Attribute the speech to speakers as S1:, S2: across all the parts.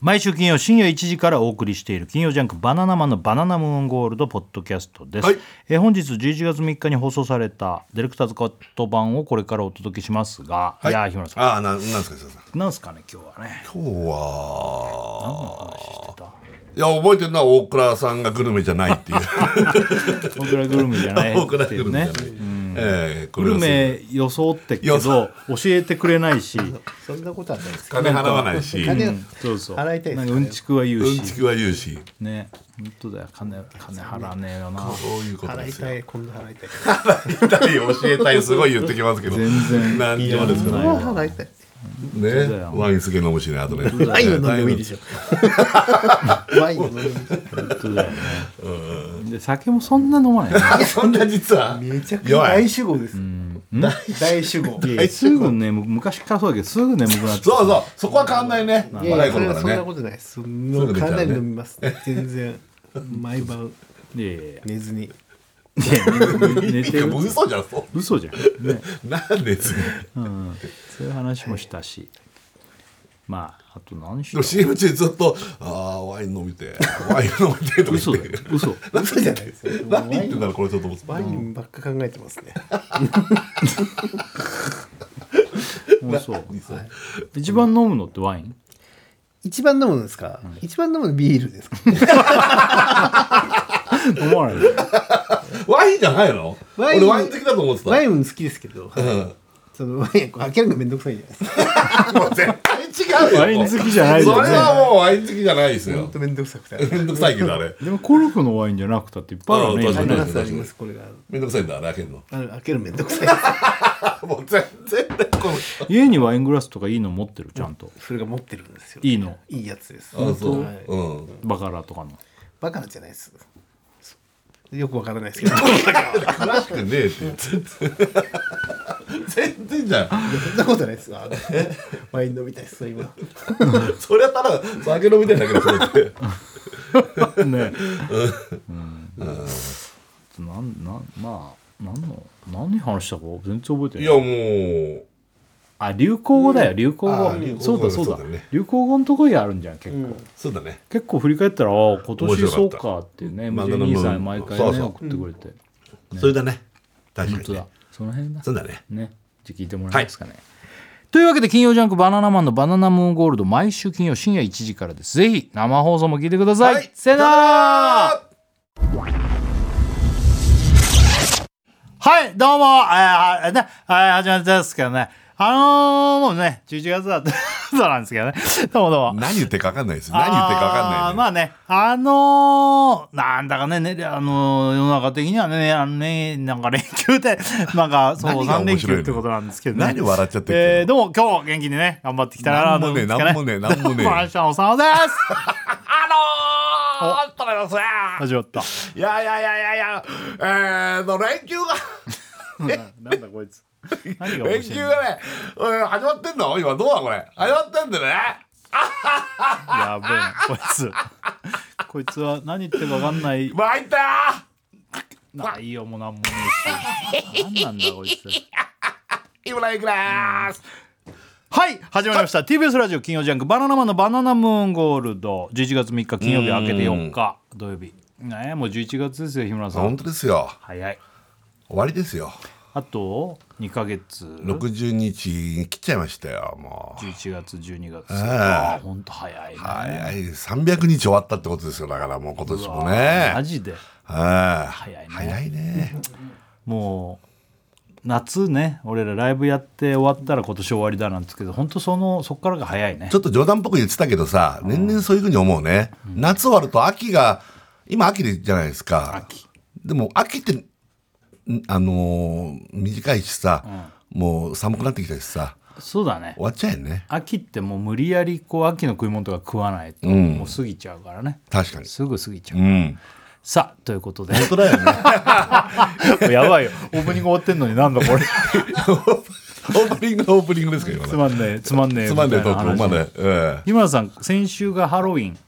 S1: 毎週金曜深夜1時からお送りしている金曜ジャンク「バナナマンのバナナムーンゴールド」ポッドキャストです、
S2: はい
S1: えー本日11月3日に放送されたディレクターズカット版をこれからお届けしますが、い、やー日村さ
S2: ああ、ななんですか、先生
S1: んなんすかね今日はね
S2: 今日は。
S1: 何の話してた
S2: いや、覚えてるのは大倉さんがグルメじゃないっていう。
S1: 大倉グルメじゃない
S2: 大
S1: っ
S2: 倉
S1: て
S2: グ
S1: い
S2: ル
S1: う
S2: メ
S1: ね
S2: じゃない。ええ、こ
S1: グ
S2: れ
S1: ル
S2: は
S1: メ装ってっけど
S2: よ
S1: 教
S2: そ
S1: えてくれないし
S3: そんなことはないですけど
S2: 金払わないし、
S3: 金を
S1: そうそう
S3: 払いたいです
S1: な
S3: か
S1: んかう
S3: ね
S1: んちくは言う
S2: うん
S1: し
S2: ちくは言うし、
S1: ね本当だよ金金払ねえよな
S2: そういうこと
S3: 払
S2: で
S3: い
S2: すよ
S3: た。い今度払いた
S2: 痛
S3: い
S2: い教えたいすごい言ってきますけど
S1: 全然
S2: 何にもですか
S3: 今
S2: ら
S3: 度は払いたい
S1: だよ
S2: ねワインすげえ飲むしねあとね
S3: ワインは飲んでもいいでしょ ワインは飲んでもいいでし
S1: 本当だよねで酒もそんな飲まないね
S2: あそんな実は
S3: ょめちゃくちゃ
S2: 弱い
S3: 大酒豪です大酒豪
S1: いやすぐねむ昔からそうだけどすぐ眠くなって
S2: そうそうそこは変わんないね
S3: いや
S2: 若い
S3: いやそれ
S2: 頃
S3: は
S2: か
S3: そんな
S2: ら
S3: こ
S2: ね
S3: とないですか
S2: ぐ出ちゃうね
S3: なり飲みます全然 毎晩
S1: いやいやいや
S3: 寝ずに
S1: 寝て
S2: い
S1: る
S2: やもう嘘じゃんそ
S1: 嘘じゃん、ね
S2: うなんです
S1: うん、そういう話もしたしまああと何し
S2: で
S1: た
S2: も CM 中ずっと「ああワイン飲みてワイン飲みて」とか
S1: 嘘
S2: 言
S1: だ
S2: って
S1: よ嘘
S3: 嘘じゃないですよ
S2: 何言ってんだろうこれちょっと思って
S3: ワインばっか考えてますね
S1: もうそう一番飲むのってワイン
S3: 一番飲むのですか一番飲むのビールですか
S1: 飲まないで
S2: ワインじゃないの
S3: ワイン
S2: 俺ワイン好きだと思ってた
S3: ワイン好きですけど
S2: うん
S3: そのワインこう開けるのめんどくさいじゃないですか
S2: もう絶対違うよ
S1: ワイン好きじゃない
S2: そ
S1: よ
S2: れ
S1: ね
S2: はもうワイン好きじゃないです
S3: ほん
S2: よ
S3: とめんどくさ くて
S2: めんどくさいけどあれ
S1: でもコルクのワインじゃなくたっていっぱいあるね
S2: うん
S1: 今
S3: あり
S1: ね
S3: ますありますこれが
S2: めんどくさいんだあれ開けるの
S3: あの開けるのめんどくさいです
S2: もう全然この
S1: 家にワイングラスとかいいの持ってるちゃんと
S3: それが持ってるんですよ
S1: いいの
S3: いいやつです
S2: あそう、
S3: はい
S2: うん
S1: バカラとかの
S3: バカなんじゃないですよくわからないです けど
S2: 詳しくねえって全然じゃん
S3: そんなことないです わワイン飲みたいです今
S2: そりゃただ酒飲みたいだけどそうやって
S1: ねうん、なんなんまあ何の何話したか全然覚えてない
S2: いやもう
S1: あ流行語だよ流行語、
S2: あ流行語
S1: そうだそうだ
S2: そうだね
S1: 流行語のとこにあるんじゃん結構、
S2: そうだね
S1: 結構振り返ったらあー今
S2: 面
S1: 年
S2: 白か
S1: そう
S2: った
S1: かってね
S2: まあ
S1: MJ 兄さん毎回ね
S2: そうそう
S1: 送ってくれて、
S2: それだね確か
S1: 本当だその辺だ
S2: そうだね
S1: ねじゃあ聞いてもらえますかね、というわけで金曜ジャンクバナナマンのバナナムーンゴールド毎週金曜深夜1時からですぜひ生放送も聞いてください、
S2: はい
S1: さよならはい、どうも、えーあ、ね、はい、始まりですけどね。あのー、もうね、11月だった、そうなんですけどね。 どうもどうも。
S2: 何言ってか分かんないです何言ってか分かんない
S1: あー
S2: ね
S1: まあね、あのー、なんだかね、ねあのー世の中的にはね、あのね、なんか連休で、 なんか、そう、
S2: 何が
S1: 3連
S2: 面白
S1: 休
S2: いの
S1: ってことなんですけどね。
S2: 何笑っちゃってる
S1: えー、どうも、今日元気にね、頑張ってきたらなと思うんですけど
S2: なんもねなんもねなんもね
S1: どう明日 のおさまです。
S2: あのー、止めます
S1: 始まった。
S2: いやいやいやいやいやえーと連休が
S1: なんだこい つ。何が面
S2: 連
S1: 白
S2: 休
S1: いの
S2: がね、うん始まってんの今どうだこれ始まってんだね
S1: やべえな、こいつ。こいつは何言ってるか分かんない。
S2: 参ったー
S1: ないよ、もうなんもねえし。何なんだ、こいつ。
S2: 井村ゆきです
S1: はい、始まりました。TBS ラジオ金曜ジャンク、バナナマンのバナナムーンゴールド。11月3日金曜日、明けて4日土曜日。ねえ、もう11月ですよ、日村さん
S2: 本。当ですよ
S1: 早い。
S2: 終わりですよ
S1: あと2ヶ月。
S2: 60日切っちゃいましたよもう
S1: 11月、12月。
S2: え
S1: ああ、ほんと早いね。
S2: 早い300日終わったってことですよだからもう今年も
S1: マ
S2: ね
S1: ジで。
S2: 早
S1: いね
S2: 早いね
S1: もう夏ね俺らライブやって終わったら今年終わりだなんですけど本当そのそっからが早いね
S2: ちょっと冗談っぽく言ってたけどさ年々そういうふうに思うね、夏終わると秋が今秋でじゃないですか
S1: 秋
S2: でも秋ってんあのー短いしさ、もう寒くなってきたしさ
S1: そうだね
S2: 終わっちゃえね
S1: 秋ってもう無理やりこう秋の食い物とか食わないと
S2: うん
S1: もう過ぎちゃうからね、
S2: 確かに
S1: すぐ過ぎちゃう、
S2: うん
S1: さあということで
S2: 本当だよね
S1: やばいよオープニング終わってんのになんだこれ
S2: オープニングのオープニングですけど
S1: つ
S2: ね
S1: まんねえつまんねえ
S2: つまんねえトークも
S1: みた
S2: ま
S1: いな話
S2: だ、え
S1: 日村さん先週がハロウィン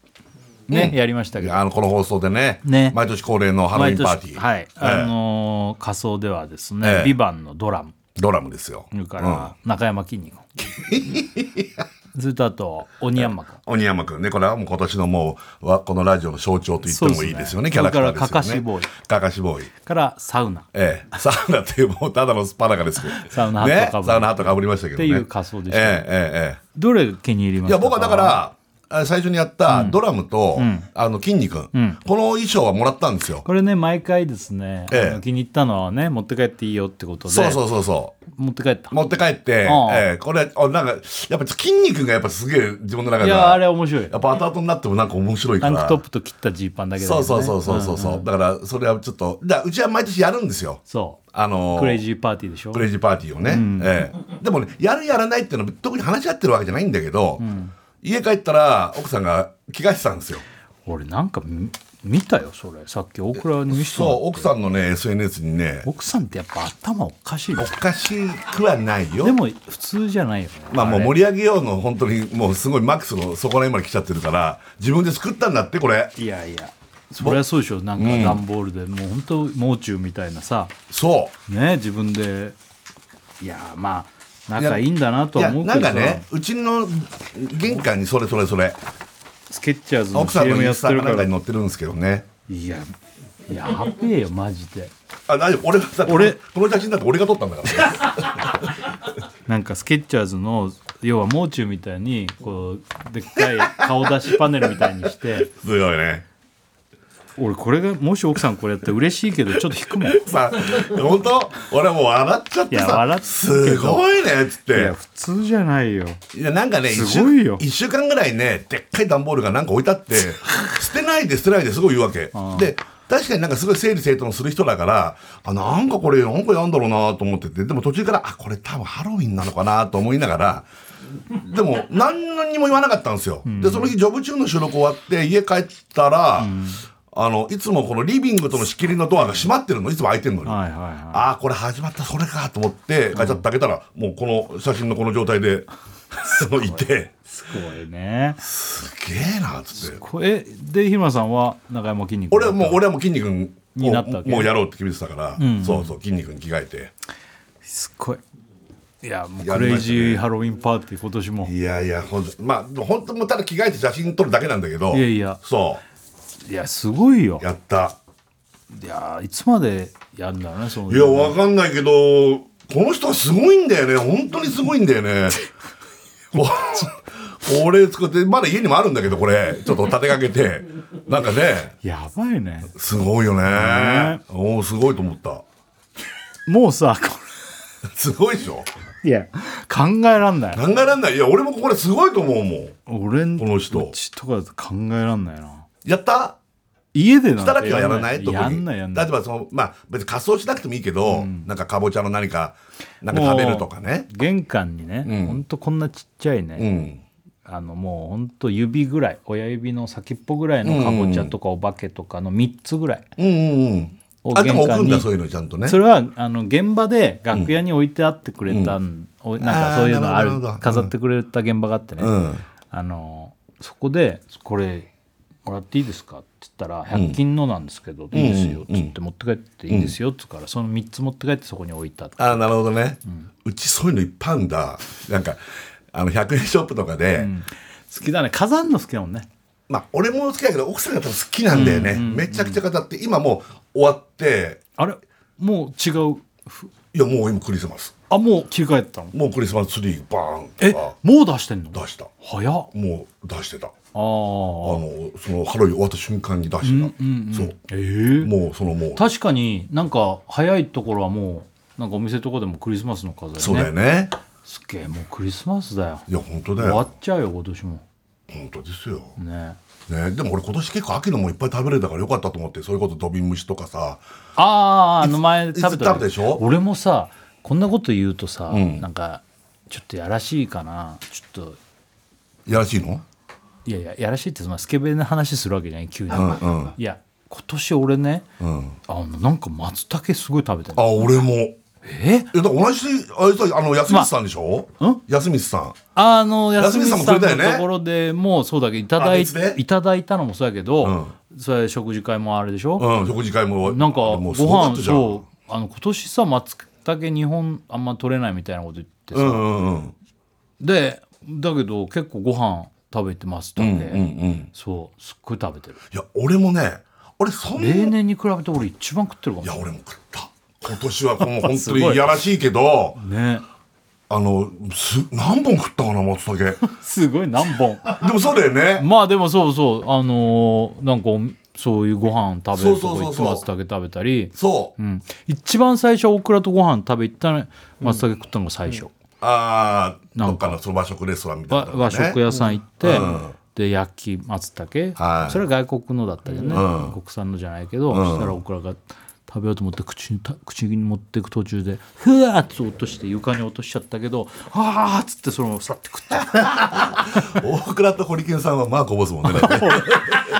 S1: ね、
S2: うん
S1: やりました
S2: え
S1: けど
S2: あのこの放送でね
S1: ね
S2: 毎年恒例のハロウィンパーティー、
S1: はい、
S2: ええ
S1: あのー仮装ではですね
S2: え
S1: 「
S2: え
S1: ビバンのドラム
S2: ドラムですよ
S1: それから中山きんに君ずっとあと鬼山君
S2: 鬼山君ね、これはもう今年のもう、わこのラジオの象徴と言ってもいいですよね、キ
S1: そ
S2: ャ
S1: うですね
S2: ラクターです
S1: それからかかし
S2: よね。
S1: ボーイ。
S2: かかしボーイ。
S1: からサウナっ
S2: え え、サウナっていうもうただのスパナガですけど。
S1: サウナハットかぶり
S2: ね、サウナハットかぶりましたけど
S1: て
S2: ね。
S1: いう仮装でした、
S2: ええ、ええ、え
S1: どれ気に入りま
S2: え。
S1: し
S2: い
S1: た
S2: や、僕はだから、あ最初にやったドラムと、あの、筋肉、この衣装はもらったんですよ。
S1: これね毎回ですね、
S2: ええ
S1: あの気に入ったのはね持って帰っていいよってことで
S2: そうそうそうそう。
S1: 持って帰った
S2: 持って帰って、え
S1: ああ
S2: えこれ、あなんか、やっぱ筋肉がやっぱすげえ自分の中
S1: い
S2: で
S1: やあ
S2: は、
S1: れ面白い
S2: やっぱ後々になってもなんか面白いか
S1: タ
S2: ら。
S1: ンクトップと切ったジーパンだけだけど
S2: そ
S1: ね、
S2: うそうそうそうそうそう、だからそれはちょっとだからうちは毎年やるんですよ
S1: そう
S2: あのー
S1: クレイジーパーティーでしょ
S2: クレイジーパーティーをね、ええでもねやるやらないっていうのは特に話し合ってるわけじゃないんだけど、家帰ったら奥さんが着替えてたんですよ
S1: 俺なんかみ見たよそれさっき大倉に見せた
S2: そう奥さんのね SNS にね
S1: 奥さんってやっぱ頭おかしいよ
S2: おかしくはないよ
S1: でも普通じゃないよね
S2: まあもう
S1: れ
S2: 盛り上げようの本当にもうすごいマックスのそこら辺まで来ちゃってるから自分で作ったんだってこれ
S1: いやいやそりゃそうでしょなんか段ボールで、もう本当もう中みたいなさ
S2: そ
S1: ね自分でいやまあ仲いいんだなと
S2: うい
S1: は
S2: や
S1: 思うけ
S2: なん
S1: どさ
S2: かねうちの玄関にそれそれそれ
S1: スケッチャーズの
S2: 奥さんの
S1: CM
S2: イ
S1: や
S2: ン
S1: っ
S2: スタ
S1: て
S2: か
S1: る
S2: な
S1: か
S2: んからに載ってるんですけどね
S1: いややべ えよマジで
S2: あ大丈夫俺がだって
S1: 俺
S2: この写真だって俺が撮ったんだから ね
S1: なんかスケッチャーズの要はもう中みたいにこうでっかい顔出しパネルみたいにして
S2: すごいね
S1: 俺これがもし奥さんこれやって嬉しいけどちょっと引くもんい
S2: さ本当俺もう笑っちゃって
S1: いや
S2: さ
S1: 笑ってるけ
S2: す
S1: ど
S2: ごいねっつって
S1: や普通じゃないよ
S2: いやなんかね一
S1: すごい
S2: 週
S1: よ
S2: 一週間ぐらいねでっかい段ボールがなんか置いてあって 捨てないで捨てないですごい言うわけで確かになんかすごい整理整頓する人だからあなんかこれなんかやんだろうなと思っててでも途中からあこれ多分ハロウィンなのかなと思いながらでも何にも言わなかったんですよ、でその日ジョブチューンの収録終わって家帰ったら、あのいつもこのリビングとの仕切りのドアが閉まってるのいつも開いてるのに、
S1: はいはいは
S2: ああこれ始まったそれかと思ってガチャッと開けたら、もうこの写真のこの状態 でそういて
S1: いすごいね
S2: すげえなっつって
S1: これで日村さんは中山筋肉
S2: 俺はもう俺はもう筋肉を
S1: になったわけ
S2: もうやろうって決めてたから、そうそう筋肉に着替えて
S1: すっごいいやもう
S2: や
S1: ク
S2: り
S1: レ
S2: ま
S1: イ
S2: したね
S1: ジーハロウィンパーティー今年も
S2: いやいやほんまあ本当もうただ着替えて写真撮るだけなんだけど
S1: いやいや
S2: そ
S1: いやすごいよ
S2: うやった
S1: いやいつまでやるんだろうねその
S2: いやわかんないけどこの人はすごいんだよね本当にすごいんだよ ねここれ作ってまだ家にもあるんだけどこれちょっと立てかけてなんかね
S1: やばいね
S2: すごいよね
S1: ね。
S2: おお、すごいと思った。
S1: もうさこ
S2: すごいでしょ
S1: れいや考えらんない
S2: 考えらんない。いや、俺もこれすごいと思うもん。
S1: 俺ん
S2: この人
S1: うちとかだと考えらんないな
S2: やった
S1: 家でなん
S2: したらきはやらない特に。
S1: やんないやんない
S2: 例えば、その、まあ、別に仮装しなくてもいいけど、なんかかぼちゃの何か、なんか食べるとかね。
S1: 玄関にね、
S2: うん
S1: ほんとこんなちっちゃいね、
S2: うん。
S1: あのもうほんと指ぐらい親指の先っぽぐらいのかぼちゃとかお化けとかの3つぐらい、
S2: うんうんう
S1: を
S2: ん。あ、でも
S1: 玄
S2: 置
S1: 関
S2: くん
S1: に
S2: だ、そういうのちゃんとね。
S1: それはあの現場で楽屋に置いてあってくれたん、おなんかそういうのあ
S2: あーなるほどな
S1: る
S2: るほど
S1: 飾ってくれた現場があってね、
S2: うん。
S1: あのそこで「これもらっていいですか?」って言ったら「100均のなんですけど、いいですよ」っつって持って帰っていいですよっつうからその3つ持って帰ってそこに置いたって
S2: あーなるほどね、うちそういうのいっぱいあんだ。なんか、あの、100円ショップとかで、
S1: 好きだね飾るの好きだもんね
S2: まあ、俺も好きだけど、奥さんが多分好きなんだよね。めちゃくちゃ語って、今もう終わって、
S1: あれもう違うふ
S2: いや、もう今クリスマス。
S1: あもう切り替えてたの
S2: もうクリスマスツリーバーン
S1: え
S2: とか
S1: もう出してんの
S2: 出した。
S1: 早っ
S2: もう出してた。あ
S1: あー
S2: の、そのハロウィン終わった瞬間に出してた。そう。
S1: ええ
S2: もうそのもう、
S1: 確かになんか早いところはもうなんかお店とかでもクリスマスの飾りね
S2: そうだよね。
S1: すっげえもうクリスマスだよ
S2: いや、本当だ
S1: 終わっ
S2: よ。
S1: ちゃうよ今年も
S2: 本当ですよ。
S1: ね
S2: ね、でも俺今年結構秋のもんいっぱい食べれたからよかったと思って、それこそ土瓶蒸しとかさ、
S1: あああの前
S2: いつ
S1: 食べた
S2: 食べたでしょ
S1: 俺もさこんなこと言うとさ、
S2: ん
S1: なんかちょっとやらしいかなちょっと
S2: やらしいの
S1: いやいややらしいってまあスケベな話するわけじゃない急に、
S2: うんうん
S1: いや今年俺ね
S2: うん。
S1: あのなんか松茸すごい食べてる
S2: あ、俺も。
S1: え
S2: え、だから同じ、あれさ、あの、安光さんでしょ、
S1: まん
S2: 安光さん。
S1: あの
S2: 安
S1: 安
S2: 見
S1: 見さ
S2: さん
S1: んの
S2: もそれだよね
S1: ところでもうそうだけどいただ
S2: あ
S1: い
S2: 別で
S1: いただいたのもそうやけど、それ食事会もあれでしょ、
S2: うん、食事会も。
S1: なんか
S2: も
S1: ご
S2: うすごかった
S1: 飯
S2: じゃん。
S1: そうあの今年さ松茸日本あんま取れないみたいなこと言ってさ、
S2: うんうんうん。
S1: でだけど結構ご飯食べてますだけ、
S2: うんうんうん
S1: そうすっごい食べてる
S2: いや俺もね俺そんな
S1: 例年に比べて俺一番食ってるかもし
S2: いや
S1: れ
S2: 俺も食った今年はこの 本
S1: す
S2: 当
S1: ごい
S2: にいやらしいけど
S1: ないね
S2: あのす何本食ったかな松茸です
S1: ごい何本
S2: もそうだよね
S1: まあでもそうそうあのーなんかそういうご飯食べるとこ行って
S2: そうそうそうそう
S1: 松茸食べたり
S2: そう、
S1: うん、一番最初オクラとご飯食べ行ったね松茸食ったのが最初、
S2: ああ
S1: なんか
S2: どっかのその和食レストランみたい
S1: わ
S2: な、ね、
S1: 和食屋さん行って、
S2: うん
S1: で焼き松茸、
S2: はい
S1: それは外国のだったけどね、
S2: うん
S1: 国産のじゃないけど、
S2: ん
S1: そしたらオクラが食べようと思って口にた口に持っていく途中でふわーっと落として床に落としちゃったけどあーっつってそのままさって食っちゃっ
S2: 大倉とホリケンさんはまあこぼすも んねだってね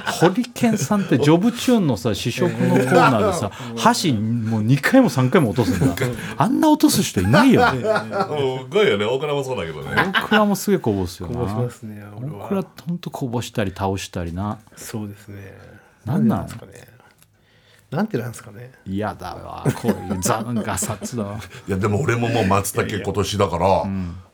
S1: たホリケンさんっ てジョブチューンのさ試食のコーナーでさ箸もう2回も3回も落とすんだあんな落とす人いない よね
S2: すごいよね大倉もそうだけどね
S1: オクラもすげえこぼすよな
S3: こぼしますね俺は
S1: 僕らほんとこぼしたり倒したりな
S3: そうですね
S1: なんなん
S3: ですかねなんてなんですかね
S1: 嫌だわこういうザンガサツ だわ
S2: いやでも俺ももう松茸今年だから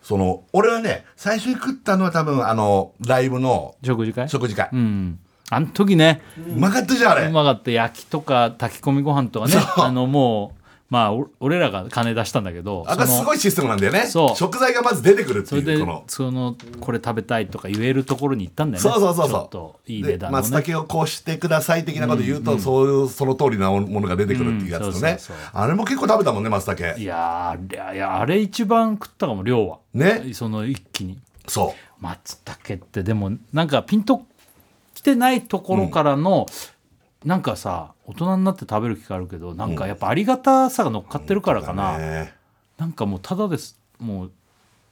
S2: その俺はね最初に食ったのは多分あのライブの
S1: 食事会
S2: 食事会、う
S1: うんあの時ね
S2: まかったじゃんあれ、
S1: うまかった焼きとか炊き込みご飯とかねあのもうまあお俺らが金出したんだけど
S2: あれ
S1: その
S2: すごいシステムなんだよね
S1: そう
S2: 食材がまず出てくるって
S1: それ
S2: い
S1: で
S2: うこの
S1: そのこれ食べたいとか言えるところに行ったんだよね
S2: そうそうそう
S1: ちょっ
S2: そ
S1: と
S2: う
S1: いい値段
S2: で
S1: の
S2: 松
S1: ね
S2: 茸をこうしてください的なこと言うと、そういうその通りなものが出てくるっていうやつと
S1: うん
S2: ね、
S1: そうそうそう
S2: あれも結構食べたもんね松茸
S1: いやーあれいやあれ一番食ったかも量は
S2: ね
S1: その一気に
S2: そ
S1: 松茸ってでもなんかピンときてないところからの、なんかさ大人になって食べる機会あるけどなんかやっぱありがたさが乗っかってるから
S2: う
S1: かな、
S2: ね
S1: なんかもうただですもう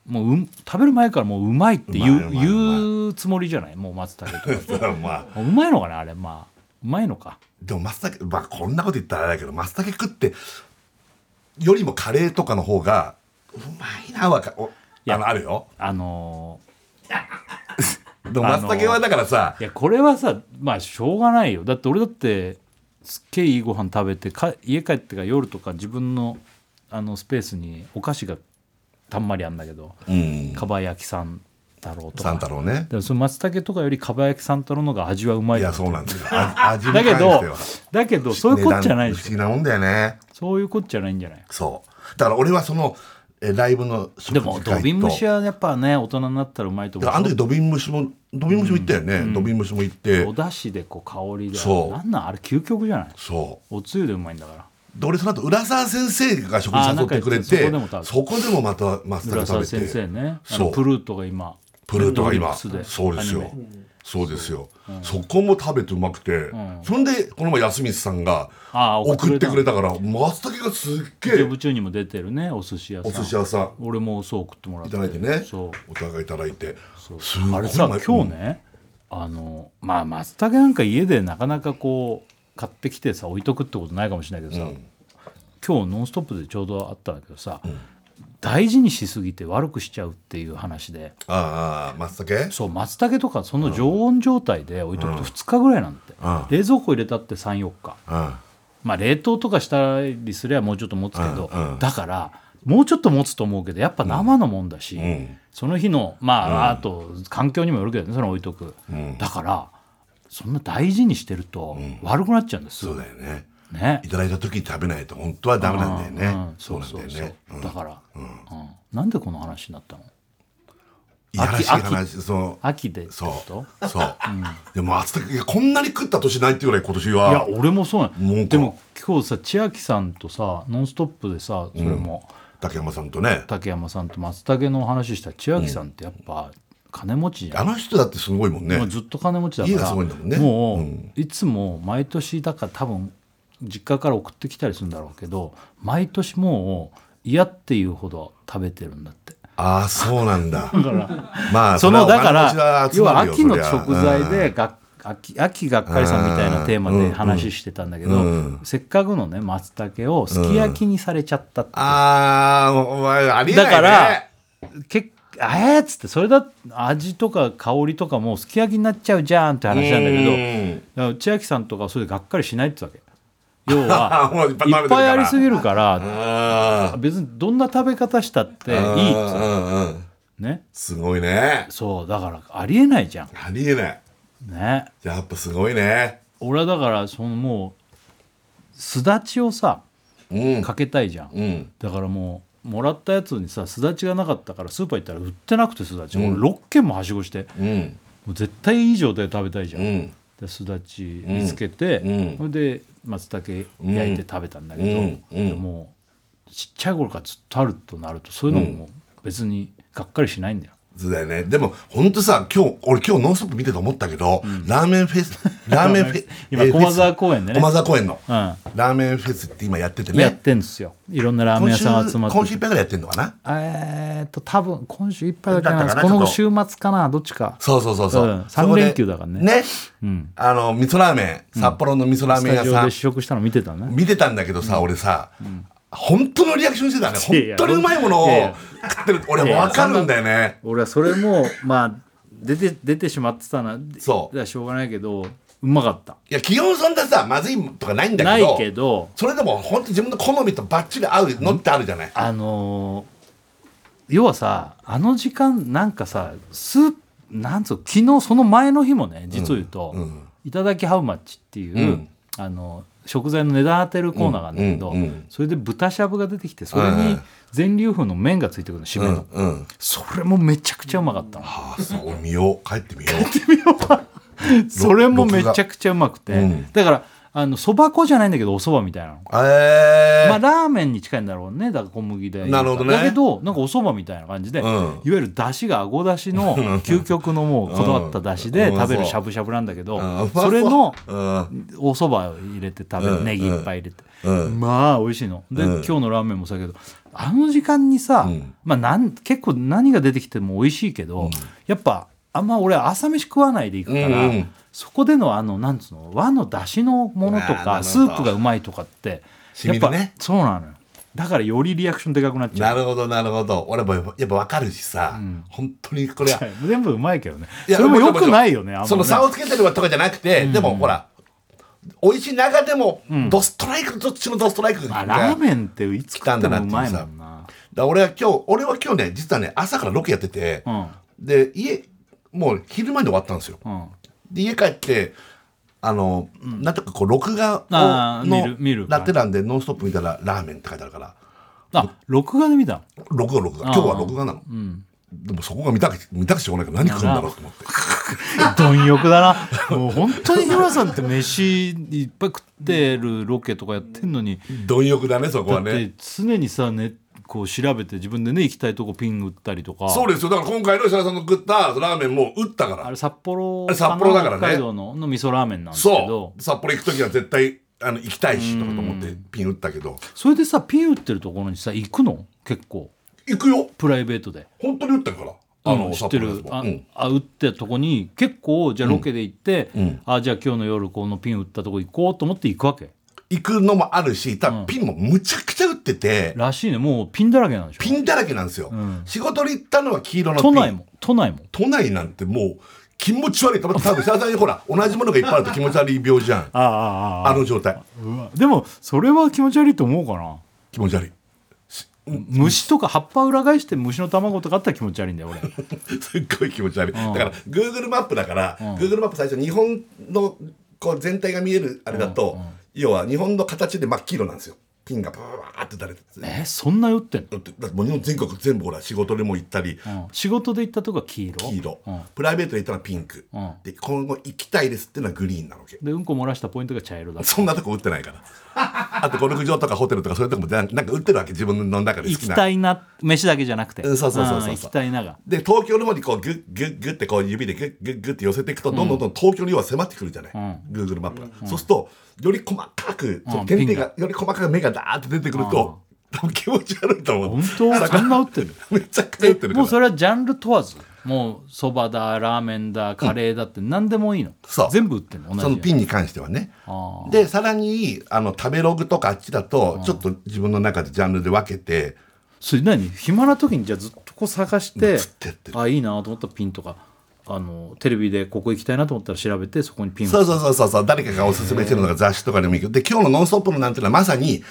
S1: もううん食べる前からもううまいって言う
S2: うまいうまいうまい
S1: 言うつもりじゃないもう松茸 とか
S2: だからまあ
S1: うまいのかなあれまあうまいのか
S2: でも松茸まあこんなこと言ったらあれだけど松茸食ってよりもカレーとかの方がうまいなわかお
S1: や
S2: あのあるよ
S1: あの
S2: でも松茸はだからさ
S1: ーいやこれはさまあしょうがないよだって俺だってすっげえいいご飯食べてか家帰ってから夜とか自分のあのスペースにお菓子がたんまりあんだけど
S2: うん
S1: かば焼き三太郎とか
S2: 三太郎ね
S1: でもその松茸とかよりかば焼き三太郎の方が味はうまい
S2: いやそうなんですよあ味 に
S1: だ
S2: 関
S1: け
S2: して
S1: ど
S2: は
S1: だけどそういうこっちゃないで
S2: 値段不
S1: し
S2: 思
S1: ょ
S2: 議なもんだよね
S1: そういうこっちゃないんじゃない
S2: そうだから俺はそのえライブの食
S1: で
S2: 事
S1: も
S2: 会と
S1: ドビン蒸しはやっぱね大人になったらうまいと
S2: だ
S1: 思
S2: からあの
S1: う
S2: 時ドビン蒸しもドビン蒸しも行ったよね、ドビン蒸しも行って
S1: お出汁でこう香りで
S2: そう
S1: なんなんあれ究極じゃない
S2: そう
S1: おつゆでうまいんだから
S2: で俺その後浦沢先生が食事誘ってくれ
S1: あ
S2: て
S1: ーなんか言ってた
S2: そこでもまた松
S1: 浦沢
S2: 茸食べ
S1: 先生
S2: て
S1: ねあの
S2: そう
S1: プルートが今
S2: プルートが
S1: Netflix
S2: 今
S1: で
S2: そうです
S1: アニ
S2: よ
S1: メ
S2: そうですよ、そこも食べてうまくて、そんでこの前安光さんが
S1: あー
S2: 送ってくれたから松茸がすっげ
S1: ジョ
S2: え
S1: ブ中にも出てるねお寿司屋さん
S2: お寿司屋さん
S1: 俺もそう送ってもらっ
S2: い
S1: て
S2: ただいてね
S1: そう
S2: お互いいただいてす
S1: あれさ
S2: うまい
S1: 今日ねあのまあ松茸なんか家でなかなかこう買ってきてさ置いとくってことないかもしれないけどさ、今日「ノンストップ!」でちょうどあったんだけどさ、大事にしすぎて悪くしちゃうっていう話で
S2: あーあー松茸
S1: そう松茸とかその常温状態で置いとくと2日ぐらいなんだって、
S2: うん
S1: 冷蔵庫入れたって34日
S2: うん
S1: まあ冷凍とかしたりすればもうちょっと持つけど、
S2: うんうん
S1: だからもうちょっと持つと思うけどやっぱ生のもんだし、
S2: ん
S1: その日のまあ、あと環境にもよるけどねその置いとく、
S2: ん
S1: だからそんな大事にしてると悪くなっちゃうんです、
S2: そうだよね
S1: ね
S2: いただいた時に食べないと本当はダメなんだよ
S1: うんう
S2: ね
S1: ん
S2: そうなんだよね
S1: そうだから、うんなんでこの話になったの
S2: いやらしい
S1: 秋
S2: 話その
S1: 秋でって
S2: そう
S1: こと
S2: そうでも松茸いやこんなに食った年ないっていうぐらい今年
S1: いや
S2: は
S1: 俺もそうな
S2: もう
S1: の
S2: か
S1: でも今日さ千秋さんとさ「ノンストップ!」でさそれも、
S2: 竹山さんとね
S1: 竹山さんと松茸の話したら千秋さんってやっぱ金持ちじゃ
S2: あ
S1: ん、
S2: の人だってすごいもんね
S1: もうずっと金持ちだから
S2: 家がすごいんだもんね
S1: もう、
S2: うん
S1: いつも毎年だから多分実家から送ってきたりするんだろうけど毎年もう嫌っていうほど食べてるんだって
S2: ああそうな んだまあ
S1: そのだから
S2: 要
S1: 要
S2: は
S1: は
S2: お金持
S1: 秋の
S2: ちは集まるよ
S1: 食材
S2: そりゃ
S1: でが秋秋がっかりさんみたいなテーマ
S2: うんうん
S1: で話してたんだけど、
S2: うん
S1: せっかくのね松茸をすき焼きにされちゃったっていう、
S2: ああお前ありえない
S1: だ
S2: ね
S1: から、けあえっつってそれだ味とか香りとかもすき焼きになっちゃうじゃんって話なんだけど
S2: うん
S1: だから千秋さんとかはそれでがっかりしないってわけ要
S2: も
S1: は
S2: う
S1: い
S2: いっぱい食
S1: っ
S2: べてるから
S1: ぱいありすぎるから
S2: あ
S1: 別にどんな食べ方したってい
S2: あ
S1: いっつう
S2: うんうん
S1: ね
S2: すごいね
S1: そうだからありえないじゃ
S2: ありえない
S1: んね
S2: やっぱすごいね
S1: 俺はだからそのもうすだちをさ
S2: うん
S1: かけたいじゃん、
S2: うん
S1: だからもうもらったやつにさすだちがなかったからスーパー行ったら売ってなくてすだち、
S2: うん
S1: もう6軒もはしごして
S2: うん
S1: もう絶対いい状態で食べたいじゃ、
S2: うんん
S1: ですだちにつけて、
S2: うん
S1: それで松茸焼いて食べたんだけど、
S2: うんうん
S1: でもうちっちゃい頃からずっとあるとなるとそういうのももう別にがっかりしないんだよ、
S2: そうだよねでも本当さ今日俺今日「ノンストップ!」見てて思ったけど、ラーメンフ ェスラーメンフェ
S1: 今
S2: えー
S1: 駒沢
S2: フェス
S1: 公園でね
S2: 駒沢公園の、
S1: うん
S2: ラーメンフェスって今やっててね
S1: やってんですよいろんなラーメン
S2: 今
S1: 屋
S2: 週
S1: さんが集まって
S2: 今週いっぱいぐらいやってんのかな
S1: えーっと多分今週いっぱいだけなんで
S2: だっ
S1: す
S2: たか
S1: こ
S2: な
S1: の週末かなどっちか
S2: そうそうそうそう、
S1: うん
S2: そ
S1: 三
S2: こで
S1: 連休だからね
S2: ね、
S1: うん
S2: あの味噌ラーメン札幌の味噌ラー
S1: ス
S2: メン
S1: タ
S2: 屋
S1: ジオ
S2: さん
S1: で試食したの見てたね
S2: 見てたんだけどさ、俺さ、本当のリアクションしてたね
S1: いやいや
S2: 本当にうまいものを
S1: いやいや
S2: 食ってる俺
S1: いやいや
S2: 分かるんだよね
S1: 俺はそれもまあ出て出てしまってたな
S2: そう
S1: だからしょうがないけどうまかった
S2: いや基本そんなさまずいとかないんだ
S1: な
S2: けど
S1: いけど
S2: それでも本当自分の好みとバッチリ合うのってあるじゃない、
S1: あのー要はさあの時間なんかさスーなんつうの昨日その前の日もね実を言うと「
S2: うん
S1: いただきハウマッチ」っていう、
S2: うん
S1: あの食材の値段当てるコーナーがあるんだけど、
S2: うんうんうん
S1: それで豚しゃぶが出てきてそれ
S2: はい
S1: に
S2: はい
S1: 全粒粉の麺がついてくるの締め
S2: う
S1: の、
S2: んうん
S1: それもめちゃくちゃうまかったの、
S2: ああそう見よう帰ってみよう
S1: それもめちゃくちゃうまくて、
S2: うん
S1: だからあのそば粉じゃないんだけどおそばみたいなの
S2: ええ
S1: まあ、ラーメンに近いんだろうねだから小麦で
S2: なるほどね
S1: だけどなんかお蕎麦みたいな感じで、
S2: うん
S1: いわゆる出汁があご出汁の究極のもうこだわった出汁で
S2: うん
S1: 食べるしゃぶしゃぶなんだけど、
S2: うんうまう
S1: それの
S2: うん
S1: お蕎麦を入れて食べる、
S2: うん
S1: ネギいっぱい入れて、
S2: うん
S1: まあ美味しいので、
S2: うん
S1: 今日のラーメンもそうだけどあの時間にさ、
S2: うん
S1: まあ、なん結構何が出てきても美味しいけど、やっぱあんま俺朝飯食わないで行くから、
S2: うんうん
S1: そこでのあのなんつうの和の出汁のものと
S2: あーなるほ
S1: か
S2: ど
S1: スープがうまいとかって
S2: 染
S1: やっ
S2: みる
S1: ぱ、
S2: ね
S1: そうなのよだからよりリアクションでかくなっちゃ
S2: な
S1: う
S2: るほどなるほど俺もやっぱやっぱ分かるしさ、本当にこ れは
S1: 全部うまいけどね
S2: いや
S1: それもよくないよねあんまね
S2: その差をつけてるとかじゃなくて、でもほら美味しい中でも、ドストライクどっちのドストライク
S1: まあ
S2: が、
S1: ラーメンっていつ食ってもうまいも
S2: 来たん
S1: んな
S2: だ俺は今日俺は今日ね実はね朝からロケやってて、
S1: うん
S2: で家もう昼前で終わったんですよ
S1: うん
S2: で家帰ってあの、なんとかこう録画を
S1: あー
S2: の
S1: 見る見る
S2: ラテ欄で「ノンストップ!」見たら「ラーメン」って書いてあるから
S1: あ録画で見たの
S2: 録画録画
S1: あ
S2: 今
S1: ー
S2: 日は録画なの、
S1: うん
S2: でもそこが見たく見たくしょうがないから何食うんだろうと思って
S1: 貪欲だなもう本当に日村さんって飯いっぱい食ってるロケとかやってんのに、
S2: 貪欲だねそこは
S1: だって
S2: ね
S1: 常にさねこう調べて自分でね行きたいとこピン打ったりとか
S2: そうですよだから今回の設楽さんの食ったラーメンも打ったから
S1: あれ札幌
S2: あれ札幌だからね
S1: 北海道のの味噌ラーメンなんですけ
S2: そ
S1: ど
S2: う札幌行く時は絶対あの行きたいしとかと思ってピン打ったけど
S1: それでさピン打ってるところにさ行くの結構
S2: 行くよ
S1: プライベートで。
S2: 本当に打ったから
S1: あ
S2: あ
S1: の
S2: の
S1: 知
S2: 札
S1: って
S2: 幌の
S1: る
S2: やつも
S1: あ,、
S2: うん
S1: あ打ってとこに結構じゃあロケで行って、
S2: うん
S1: あじゃあ今日の夜このピン打ったとこ行こうと思って行くわけ
S2: 行くのもあるし多
S1: うん
S2: 分ピンもむちゃくちゃ打ってて
S1: らしいねもうピンだらけなんでしょ
S2: ピンだらけなんですよ
S1: ん
S2: 仕事に行ったのは黄色のピ
S1: 都
S2: ン
S1: 内も都内も
S2: 都内なんてもう気持ち悪いと思って 多分設楽さんにほら同じものがいっぱいあると気持ち悪い病じゃん
S1: ああああ
S2: あの状態
S1: うわでもそれは気持ち悪いと思うかな
S2: 気持ち悪い
S1: 虫とか葉っぱ裏返して虫の卵とかあったら気持ち悪いんだよ俺
S2: すっごい気持ち悪い、
S1: ん
S2: だから Google マップだから、
S1: うん
S2: Google マップ最初日本のこう全体が見えるあれだと、
S1: うんうん
S2: 要は日本の形で真っ黄色なんですよピンがバーって垂れてて
S1: えそんな酔ってんの、
S2: だってだってもう日本全国全部ほら仕事でも行ったり
S1: うん仕事で行ったとこは黄色
S2: 黄色、
S1: うん
S2: プライベートで行ったらピンク、
S1: うん
S2: で今後行きたいですっていうのはグリーンなわけ
S1: でうんこ漏らしたポイントが茶色だ
S2: そんなとこ打ってないから あとゴルフ場とかホテルとかそういうとこもなんか打ってるわけ自分の中で好
S1: 行
S2: き
S1: き
S2: な
S1: たいな飯だけじゃなくて
S2: うんそうそうそうそうそうん
S1: 行きたいなが
S2: で東京の方にこうグッグッグッってこう指でグッグッグッって寄せていくとどんどんどんどん東京には迫ってくるじゃない、
S1: う
S2: Google マップが、そうするとより細かく、その
S1: うん
S2: 点々がより細かく目がダーって出てくると、多分気持ち悪いと思う
S1: 本 当そんな打ってる
S2: めちゃくちゃ打ってるから
S1: もうそれはジャンル問わずもうそばだラーメンだカレーだって何でもいいの、
S2: そう
S1: 全部売ってるの同じ
S2: そのピ
S1: ン
S2: ンに関してはね
S1: あ
S2: でさらにあの食べログとかあっちだとちょっと自分の中でジャンルで分けて
S1: それ何暇な時にじゃあずっとこう探して
S2: ずっとやってる
S1: あいいなと思ったらピンとかあのテレビでここ行きたいなと思ったら調べてそこにピンを
S2: そうそうそうそうそう誰かがおすすめしてるのが雑誌とかでもいいけどで今日の「ノンストップ!」のなんていうのはまさに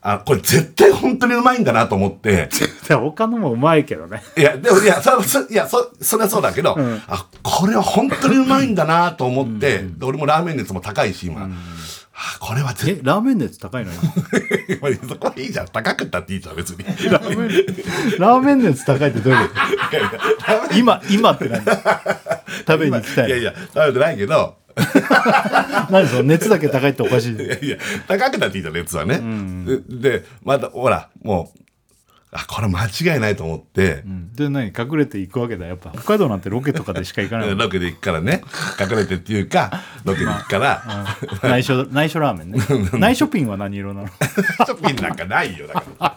S2: あこれ絶対本当にうまいんだなと 思って
S1: で他のもうまいけど ね
S2: いやでもいやそそいやそそれはそうだけど、あこれは本当にうまいんだなと思って、で俺もラーメン熱も高いし今、あこれは絶対
S1: えラーメン熱高いの今
S2: まあ そこはいいじゃん。高くったっていいじゃん、別に。
S1: ラーメン ラーメン熱高いってどういうこと 今今って何食べに行きたい
S2: いやいや、食べてないけど、
S1: 何その熱だけ高いっておかしい
S2: いやいや、高くたっていいじゃん、熱はね。でで、また、ほら、もう、あ、これ間違いないと思って、
S1: で何隠れて行くわけだやっぱ北海道なんてロケとかでしか行かないもん
S2: ロケで行くからね、隠れてっていうか、ロケで行くから、
S1: 内緒内緒ラーメンね内緒ピンは何色 なの
S2: ショッピンなんかないよ、だから。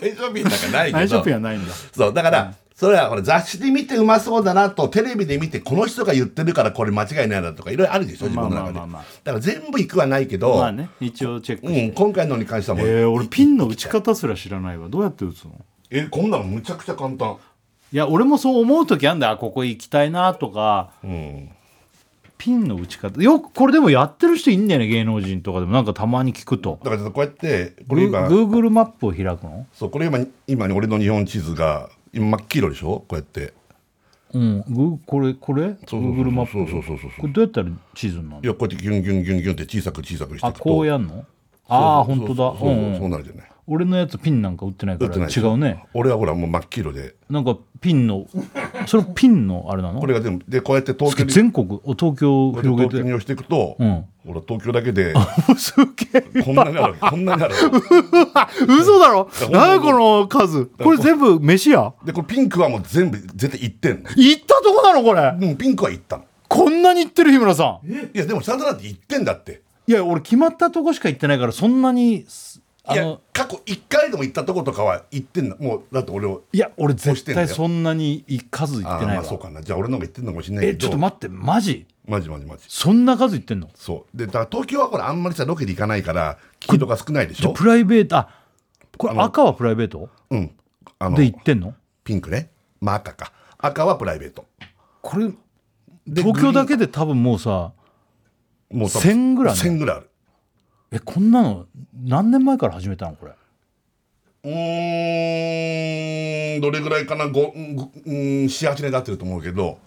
S2: 大丈夫なんかないけど。
S1: 内緒ピンはないんだ
S2: そう、だから、それはほら雑誌で見てうまそうだなと、テレビで見てこの人が言ってるからこれ間違いないだとか、いろいろあるでしょ、自分の中
S1: まあまあ
S2: で。
S1: まあまあ
S2: だから全部行くはないけど、
S1: まあね一応チェック
S2: う
S1: して、
S2: ん、今回のに関してはもう、
S1: えー、俺ピンの打ち方すら知らないわどうやって打つの
S2: えこんなのむちゃくちゃ簡単
S1: いや俺もそう思う時あんだよあここ行きたいなとか
S2: うん
S1: ピンの打ち方よくこれでもやってる人いんだよね芸能人とかでもなんかたまに聞くと
S2: だからちょっとこうやってこ
S1: グ
S2: れ
S1: ー
S2: 今
S1: Google マップを開くの
S2: そうこれ今今ね俺の日本地図が今真っ黄色でしょこうやって
S1: うんグーこれこれ
S2: そうそうそう
S1: Google マップ
S2: そうそうそうそう
S1: これどうやったら地図になる
S2: い
S1: の
S2: やこうやってギュンギュンギュンギュンって小さく小さくしてい
S1: あ
S2: くと
S1: こうやんのああ
S2: そう
S1: 本
S2: そう
S1: 当だ
S2: そうそうう,、
S1: ん
S2: そう
S1: うん
S2: なるじゃない
S1: 俺のやつピンなんか打ってないか
S2: 打っ
S1: ら
S2: てないでし
S1: 違
S2: ょ
S1: うね
S2: 俺はほらもう真っ黄色で
S1: なんかピンのそれピンのあれなの
S2: これが全部でこうやって東京に
S1: 全国お東京を
S2: こうやって
S1: 広
S2: 東
S1: げ
S2: 京に
S1: て
S2: 押していくと、
S1: ん
S2: ほら東京だけで
S1: すげえ
S2: こんな にあるこんなにある
S1: 嘘だろ
S2: んと
S1: 何この数これ全部飯や
S2: でこれピンクはもう全部絶対行ってんの
S1: 行ったとこなのこれ
S2: うんピンクは行ったの
S1: こんなに行ってる日村さん
S2: いやでもちゃんとなんて行ってんだって
S1: いや俺決まったとこしか行ってないからそんなにすあ
S2: いや
S1: の
S2: 過去1回でも行ったとことかは行ってんだもうだって俺を
S1: いや俺
S2: 押して
S1: 絶
S2: んだ
S1: 対
S2: よ
S1: そんなに行かず行
S2: あ
S1: っ
S2: あ
S1: てない
S2: まあ
S1: わ
S2: そうかなじゃあ俺の方が行ってんのかもしれないけ
S1: え
S2: ど
S1: ちょっと待ってマジ
S2: マジマジマジ
S1: そんな数行ってんの
S2: そうでだから東京はこれあんまりさロケで行かないから黄色が少ないでし
S1: じゃ
S2: ょ
S1: あプライベートあこれ赤はプライベート
S2: うんあの
S1: で行ってんの
S2: ピンクねまあ赤か赤はプライベート
S1: これ
S2: で
S1: 東京だ
S2: グ
S1: けで多分もうさ
S2: リーンもう多分
S1: 1000ぐらいある
S2: 1000ぐらいある
S1: えこんなの何年前から始めたのこれ
S2: うーんどれぐらいかなごうんごうん48年経ってると思うけど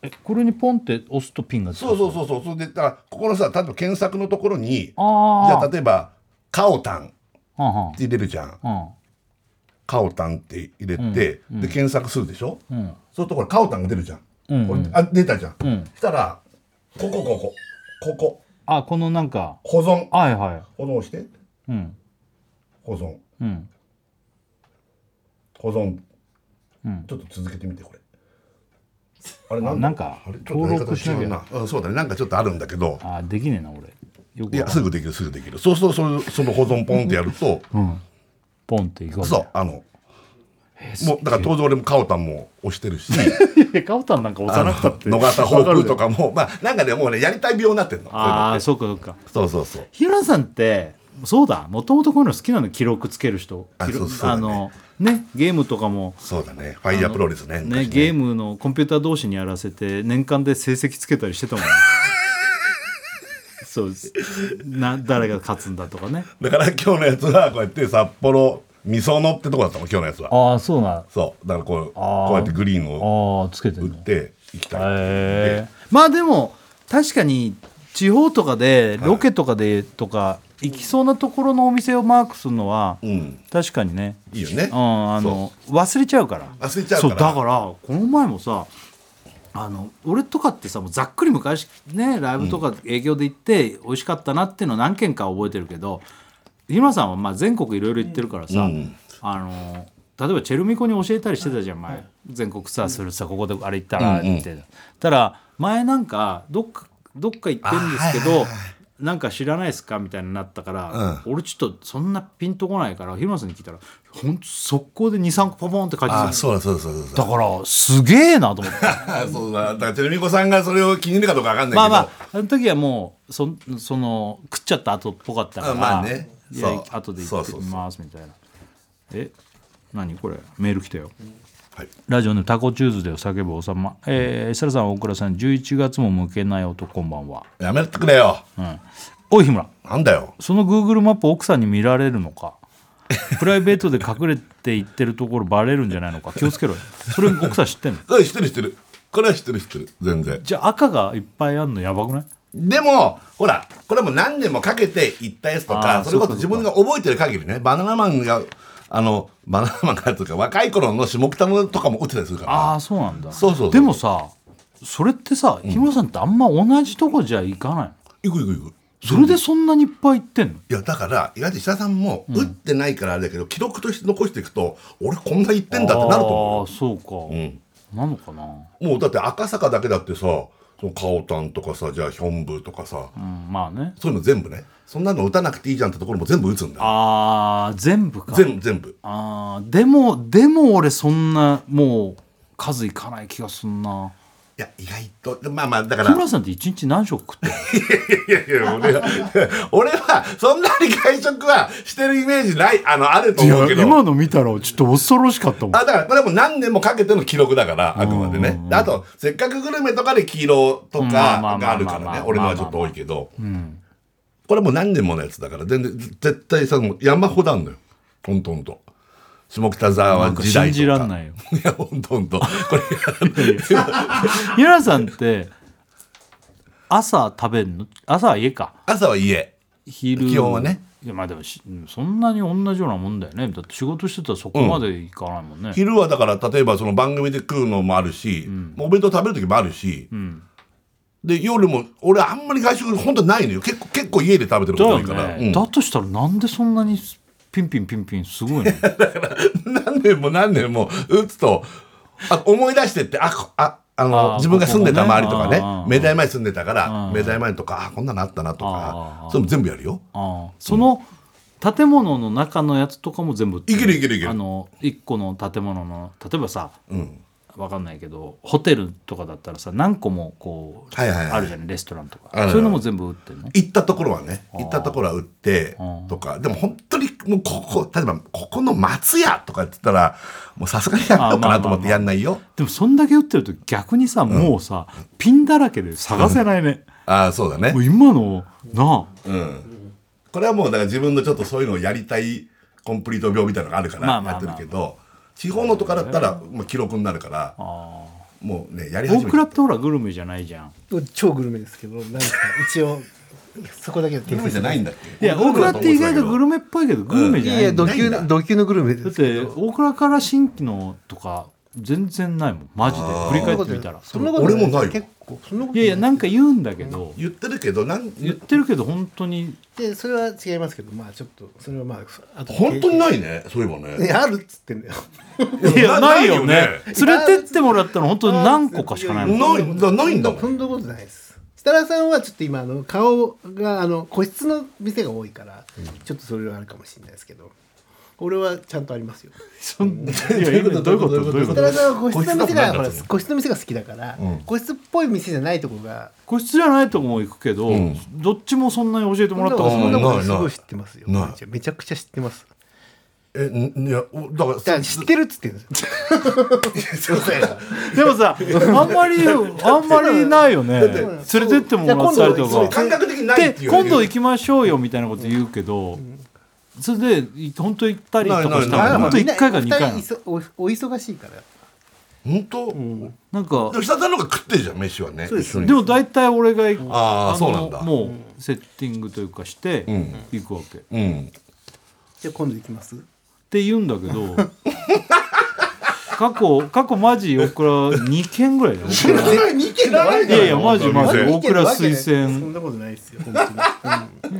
S1: えこれにポンって押すとピンが出てく
S2: そ
S1: る
S2: うそうそうそうそれでだからここのさ例えば検索のところにじ
S1: あ
S2: ゃ
S1: あ
S2: あ例えば「カオタン」って
S1: はんはん
S2: 入れるじゃんカオタンって入れて、で検索するでしょ、
S1: うんうん
S2: そうするとこれカオタンが出るじゃん、
S1: うん
S2: これあ出たじゃん、
S1: うん
S2: したらここここここ
S1: あこのなんか
S2: 保存
S1: はいは
S2: 保存して
S1: いうん
S2: 保存
S1: うん
S2: 保存、
S1: うん
S2: ちょっと続けてみてこれあれ
S1: あなんか
S2: あれちょっとやり方違うなうんそうだねなんかちょっとあるんだけど
S1: あーできねえな俺よく
S2: いやすぐできるすぐできるそうするとそのその保存ポンってや ると、
S1: ポンっていくわけ
S2: そうあのもうだから当然俺もカオタンも押して るし
S1: い やカオタンなんか押さなくたって
S2: 野方ホークと
S1: か
S2: かもまあなんかねもうねやりたい病になってんの
S1: ああそうかそうか
S2: そうそうそう
S1: 日村さんってそうだもともとこういうの好きなの記録つける人
S2: あ
S1: 記録
S2: そうそうだね
S1: のねゲームとかも
S2: そうだねファイヤープロレスね
S1: ねゲームのコンピューター同士にやらせて年間で成績つけたりして たもんねそうですな誰が勝つんだとかね
S2: だから今日のやつはこうやって札幌みそのってとこだったの今日のやつは
S1: ああそうな
S2: そうだからこう
S1: あー
S2: こうやってグリーンを
S1: ああつけて
S2: 打
S1: る
S2: っ
S1: の
S2: ていきたい
S1: へえまあでも確かに地方とかでロケとかでとか行きそうなところのお店をマークするのは
S2: うん
S1: 確かにね
S2: いいよね
S1: うん、あの忘れちゃうから
S2: 忘れちゃうから
S1: そうだからこの前もさあの俺とかってさもうざっくり昔ねライブとか営業で行って美味しかったなっていうの何件か覚えてるけど日村さんはまあ全国いろいろ行ってるからさ、
S2: うん
S1: あの例えばチェルミコに教えたりしてたじゃん前全国さそれさここであれ行ったらって、たら前なんかどっかどっか行ってるんですけど、なんか知らないですかみたいになったから、俺ちょっとそんなピンとこないから日村さんに聞いたらほんと速攻で23個ポポンって書いて
S2: あ
S1: た
S2: あそうだそうだそうだそうだ
S1: だからすげえなと思って
S2: あ そうだだからテレミコさんがそれを気に入るかどうかわかんないけど
S1: まあまああの時はもうそその食っちゃった後っぽかったから
S2: あまあね
S1: いや
S2: そう
S1: 後で
S2: そ
S1: 行
S2: う
S1: って
S2: そうそう
S1: みますみたいなえ何これメール来たよ
S2: はい
S1: ラジオネームタコチューズで叫ぶ王様、えー、設楽さん大倉さん11月も向けない男こんばんは、
S2: やめてくれよ
S1: うんおい日村
S2: なんだよ
S1: その Google マップ奥さんに見られるの かプライベートで隠れていってるところバレるんじゃないのか気をつけろよそれ奥さん知ってんの
S2: これ知ってる知ってるこれは知ってる知ってる全然
S1: じゃあ赤がいっぱいあるのやばくない
S2: でもほらこれも何年もかけて行ったやつと
S1: あー
S2: かそれこそ
S1: そ
S2: 自
S1: うかそうか
S2: 分が覚えてる限りねバナナマンがあのバナナマンがというか若い頃の下北のとかも打ってたりするから
S1: ああそうなんだ
S2: そうそうそう
S1: でもさそれってさ日村さんってあんま同じとこじゃ行かないの
S2: 行く行く行く
S1: それでそんなにいっぱい行ってんの
S2: いやだから意外と石田さんも打ってないからあれだけど、記録として残していくと俺こんな行ってんだってな
S1: ああ
S2: ると思う
S1: ー
S2: よ
S1: そうか、
S2: うん
S1: なのかな
S2: もうだって赤坂だけだってさそのカオタンとかさじゃあヒョンブとかさ
S1: うんまあね
S2: そういうの全部ねそんなの打たなくていいじゃんってところも全部打つんだよ
S1: ああ全部か
S2: 全部全部
S1: あーでもでも俺そんなもう数いかない気がすんない
S2: や意外とまあまあだから
S1: 日村さんって一日何食食ってる
S2: いやいや俺は 俺はそんなに外食はしてるイメージないあのあると思うけど
S1: の見たらちょっと恐ろしかったも
S2: あだからこれはもう何年もかけての記録だからあくまでねであと「せっかくグルメ」とかで黄色と
S1: うん
S2: か
S1: まあまあま
S2: が
S1: あ
S2: あるか
S1: まあ
S2: ら
S1: まあ
S2: ね俺のはちょっと多いけどこれはもう何年ものやつだから全然絶対さもう山ほどあんのよほんとほんと下北沢
S1: なんか
S2: 時代と
S1: 信
S2: か
S1: じらんないよ
S2: いやほんとほんとこれ
S1: 日村さんって朝食べんの朝は家か
S2: 朝は家
S1: 昼
S2: 基本はね
S1: いやまあでもしうんそんなに同じようなもんだよねだって仕事してたらそこまでいかないもんね、
S2: 昼はだから例えばその番組で食うのもあるし、お弁当食べる時もあるし、で夜も俺あんまり外食本当ないのよ結構結構家で食べてること
S1: だ
S2: 多
S1: よ
S2: いから、
S1: ね、だとしたらなんでそんなにピンピンピンピンすご いね
S2: うん、 何年も何年も打つとあ思い出してってあこああの
S1: あー
S2: 自分が住んでた周りと
S1: ここ
S2: か
S1: もね
S2: ね
S1: うん
S2: 明大前住んでたから
S1: うん
S2: 明大前とかあこんなのあったなと
S1: あー
S2: かそれも全部やるよ
S1: ああその建物の中のやつとかも全部い
S2: いけるいけるいける
S1: あの一個の建物の例えばさ
S2: うん
S1: わかんないけどホテルとかだったらさ何個もこう、
S2: はいはいはい
S1: あるじゃないレストランとか
S2: あるある
S1: そういうのも全部売ってるの
S2: 行ったところはね
S1: ー
S2: 行ったところは売って
S1: うん
S2: とかでも本当にもうここ例えばここの松屋とかって言ったらもうさすがにやめようかなと思ってやんないよ
S1: でもそんだけ売ってると逆にさ、もうさピンだらけで探せないね、
S2: ああそうだね
S1: もう今のなあ
S2: うんこれはもうだから自分のちょっとそういうのをやりたいコンプリート病みたいなのがあるか
S1: まあ
S2: ら
S1: まあ
S2: や
S1: ま
S2: っ
S1: あ
S2: てるけど地方のとかだったらもう記録になるからもうねやり
S1: 大
S2: 始めて
S1: 倉ってほらグルメじゃないじゃん
S3: 超グルメですけどなんですか一応そこだけで
S2: グルメじゃないんだっけ
S1: いや大倉って意外とグ
S2: ル
S1: ルメっぽいけどグルメ
S3: い
S1: じゃ
S3: や
S1: ないい
S3: や
S1: んだよ
S2: ないん
S3: ド級
S2: だ
S3: のド級のグルメで
S1: だっ
S3: すけ
S1: て
S3: ど
S1: 大倉から新規のとか全然ないもんマジで振り返ってみたら
S3: そんなこと
S2: 俺もないよ
S3: 結構そんなこと
S1: いやいやなんか言うんだけど
S2: 言ってるけどなん
S1: 言ってるけど本当に
S3: でそれは違いますけどまあちょっとそれはまああと
S2: 本当にないねそういえば
S3: い
S2: ね
S3: やあるっつってんだよ
S1: いやないよね
S2: ない
S1: 連れてってもらったの本当に何個かしかないもん
S2: もんないだないんだもん
S3: そんなことないです設楽さんはちょっと今あの顔があの個室の店が多いから、ちょっとそれはあるかもしれないですけど俺はちゃんとありますよ
S1: そんいや今どういうことどういうこ
S3: 設
S1: と
S3: 楽さんは個室の店
S2: 個室の店
S3: がほら
S2: なんだそれ
S3: 個室の店が好きだから、
S2: うん
S3: 個室っぽい店じゃないとこが
S1: 個室じゃないとこも行くけど
S2: うん
S1: どっちもそんなに教えてもらったこと
S3: そ
S1: ない
S3: んなことす
S2: ないな
S3: ご
S2: い
S3: い知ってますよ
S2: ない
S3: めちゃめちゃくちゃ知ってます
S2: えんいやおだから
S3: だから知 ってるっつってんですよ
S1: でもさあんま りあんまりないよね連れてってもらったりと
S3: じゃ
S1: か
S3: あ今度
S2: 感覚的にな い
S1: で
S2: っていう
S1: 今度行
S2: き
S1: きましょうよみたいなこと言うけど、それでい本当行ったりとかし
S2: ない
S1: た
S2: ないな
S1: ら
S2: い
S1: 本当1回か2
S3: 二
S1: 回な
S3: お
S1: の
S3: お忙しいから
S2: 本当で
S1: なんか
S2: も下田の方が食ってるじゃん飯はね
S3: そうです
S2: 一緒に
S1: でも大体俺が行く
S2: あー
S1: の
S2: そうなんだ
S1: もうセッティングというかして
S2: ん
S1: 行くわけ、っ
S2: うん
S3: じゃあ今度行きます
S1: て言うんだけど 過去過去マジ大倉2件ぐらいだよ
S2: 知らない2軒だ
S1: いやいやマジマジ
S2: お店
S1: 大倉推
S3: そん
S1: 薦
S3: なことないですよ本当に、うん、だ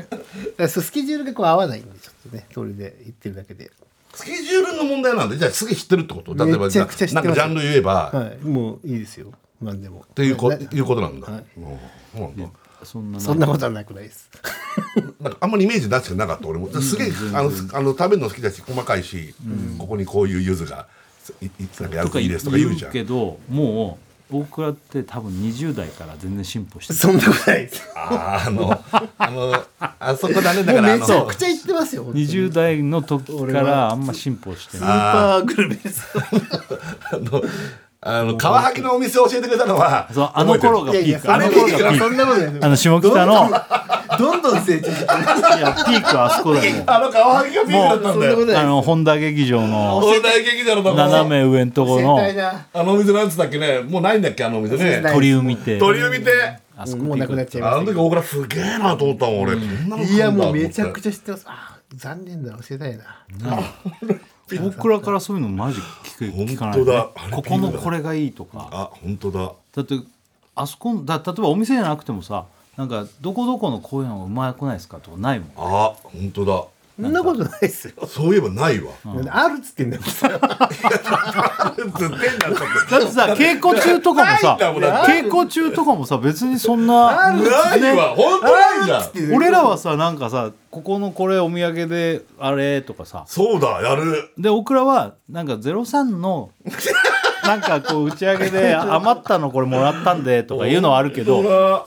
S3: からそうスケジュールがこう合わないんでちょっとねそれで行ってるだけで
S2: スケジュールの問題なんでじゃあすげえ知ってるってこと例えば
S3: めちゃくちゃ知って
S2: な
S3: ま
S2: ん
S3: す
S2: かジャンル言えば、
S3: はいもういいですよ何でもっ
S2: っていうこいうことなんだ、
S3: はい
S2: うんそうな
S1: そん
S2: んだ
S1: な
S3: そんなことはなくないです
S2: なんかあんまりイメージ出してなかった俺もすげえあのすあの食べるの好きだし細かいし、ここにこういう柚子がいいつなんかや
S1: とか
S2: るといい
S1: 言
S2: ですとか言う
S1: う
S2: じゃん
S1: けどもう大倉って多分20代から全然進歩してる
S3: そんなことないです
S2: あーあ のあのあそこだねだ
S3: も
S2: か
S3: う
S2: らあ
S3: め
S2: の
S3: ちゃくちゃ行ってますよ本当に
S1: 20代の時か
S3: 俺
S1: ら
S3: は
S1: あんま進歩して
S3: ス
S1: ない
S3: ーパーグルメです
S2: あのあの川崎のお店を教えてくれたのは
S1: そうあの頃が
S3: いやい
S1: ピ
S3: や
S1: ー
S3: そ
S1: クあ
S3: んな
S1: の
S3: こと
S1: 頃
S3: い
S1: が
S3: やい
S1: ピーク
S3: やそんなことないです
S1: あの下北の
S3: ど
S4: どんどん成長してくる
S1: いやピークはあそこだよもう
S2: あのカワハギがピークだったんだ
S3: そんなこ
S2: よ
S3: とない
S1: あの本田劇場の
S2: 大台劇場のとこ
S1: 斜め上のところ
S3: 生態
S1: の
S3: だ
S2: あのお店なんつったっけねもうないんだっけあのお店ね
S3: ない
S1: 鳥を見て
S2: 鳥を見て
S1: あ
S3: う
S1: そ
S3: ん
S1: こ
S3: もうなくなっちゃいま
S2: あ
S3: し
S2: の
S3: た
S2: 時大倉すげえなと思ったもん俺、そんなの買んだと思っ
S3: い
S2: て
S3: やもうめちゃくちゃ知ってますあー残念だな教えたいな
S1: 大倉からそういうのマジ聞く聞かない、
S2: 本当だあれ
S1: ここのこれがいいとか
S2: あ本当だ
S1: だってあそこのだ例えばお店じゃなくてもさなんかどこどこのこういうのがうまくないですかとかないもん
S2: あ本当だ
S3: そんなことないですよ
S2: そういえばない わ
S3: なんであるっつってんだもん
S2: ずっと変なこと
S1: だってさ稽古中とかもさ
S2: ないんだもんだ
S1: 稽古中とかもさ別にそんな
S2: ないわ本当ないんだ
S1: 俺らはさなんかさここのこれお土産であれとかさ
S2: そうだやる
S1: でオクラはなんか03のなんかこう打ち上げで余ったのこれもらったんでとかいうのはあるけど
S2: ほ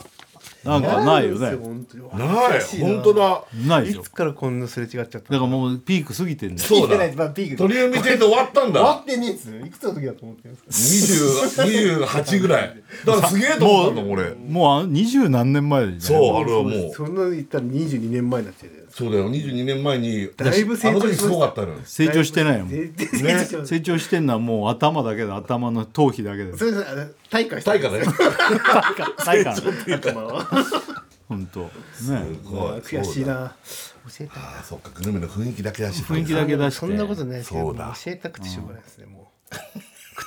S1: なんかないよね
S3: 本当に
S2: らない本当だ
S1: ないで
S3: い
S1: しょ
S3: つからこんなすれ違っちゃった
S1: だから
S3: の
S1: もうピーク過ぎてんだよ
S2: そうだ
S3: 聞いてないまあピーク
S2: 鳥海店で終わったん
S3: 終わ
S2: だ
S3: ってねえっついくつの時だと思ってるんですか
S2: 20 28ぐらいだからすげえと思ったんだ俺
S1: もうあ二十何年前で
S2: そうあれはもう
S3: そんなの言ったら22年前になっちゃうじゃないです
S2: そうだよ22年前に
S3: だいぶ成長
S2: あの時すごかったのよ
S1: 成長してないもん
S3: か全然成長してます
S1: 成長してんのはもう頭だけで頭の頭皮だけで
S3: それさあの退化した
S2: 大化ね
S1: ないからね
S3: 頭は
S1: 本当ね
S3: 悔しいな教えたい
S2: あそっかグルメの雰囲気だけだし
S1: 雰囲気だけ出して
S3: そんなことないですけ
S2: そ
S3: ど
S2: うだ
S3: 教えたくてしょうがないですねもう食っ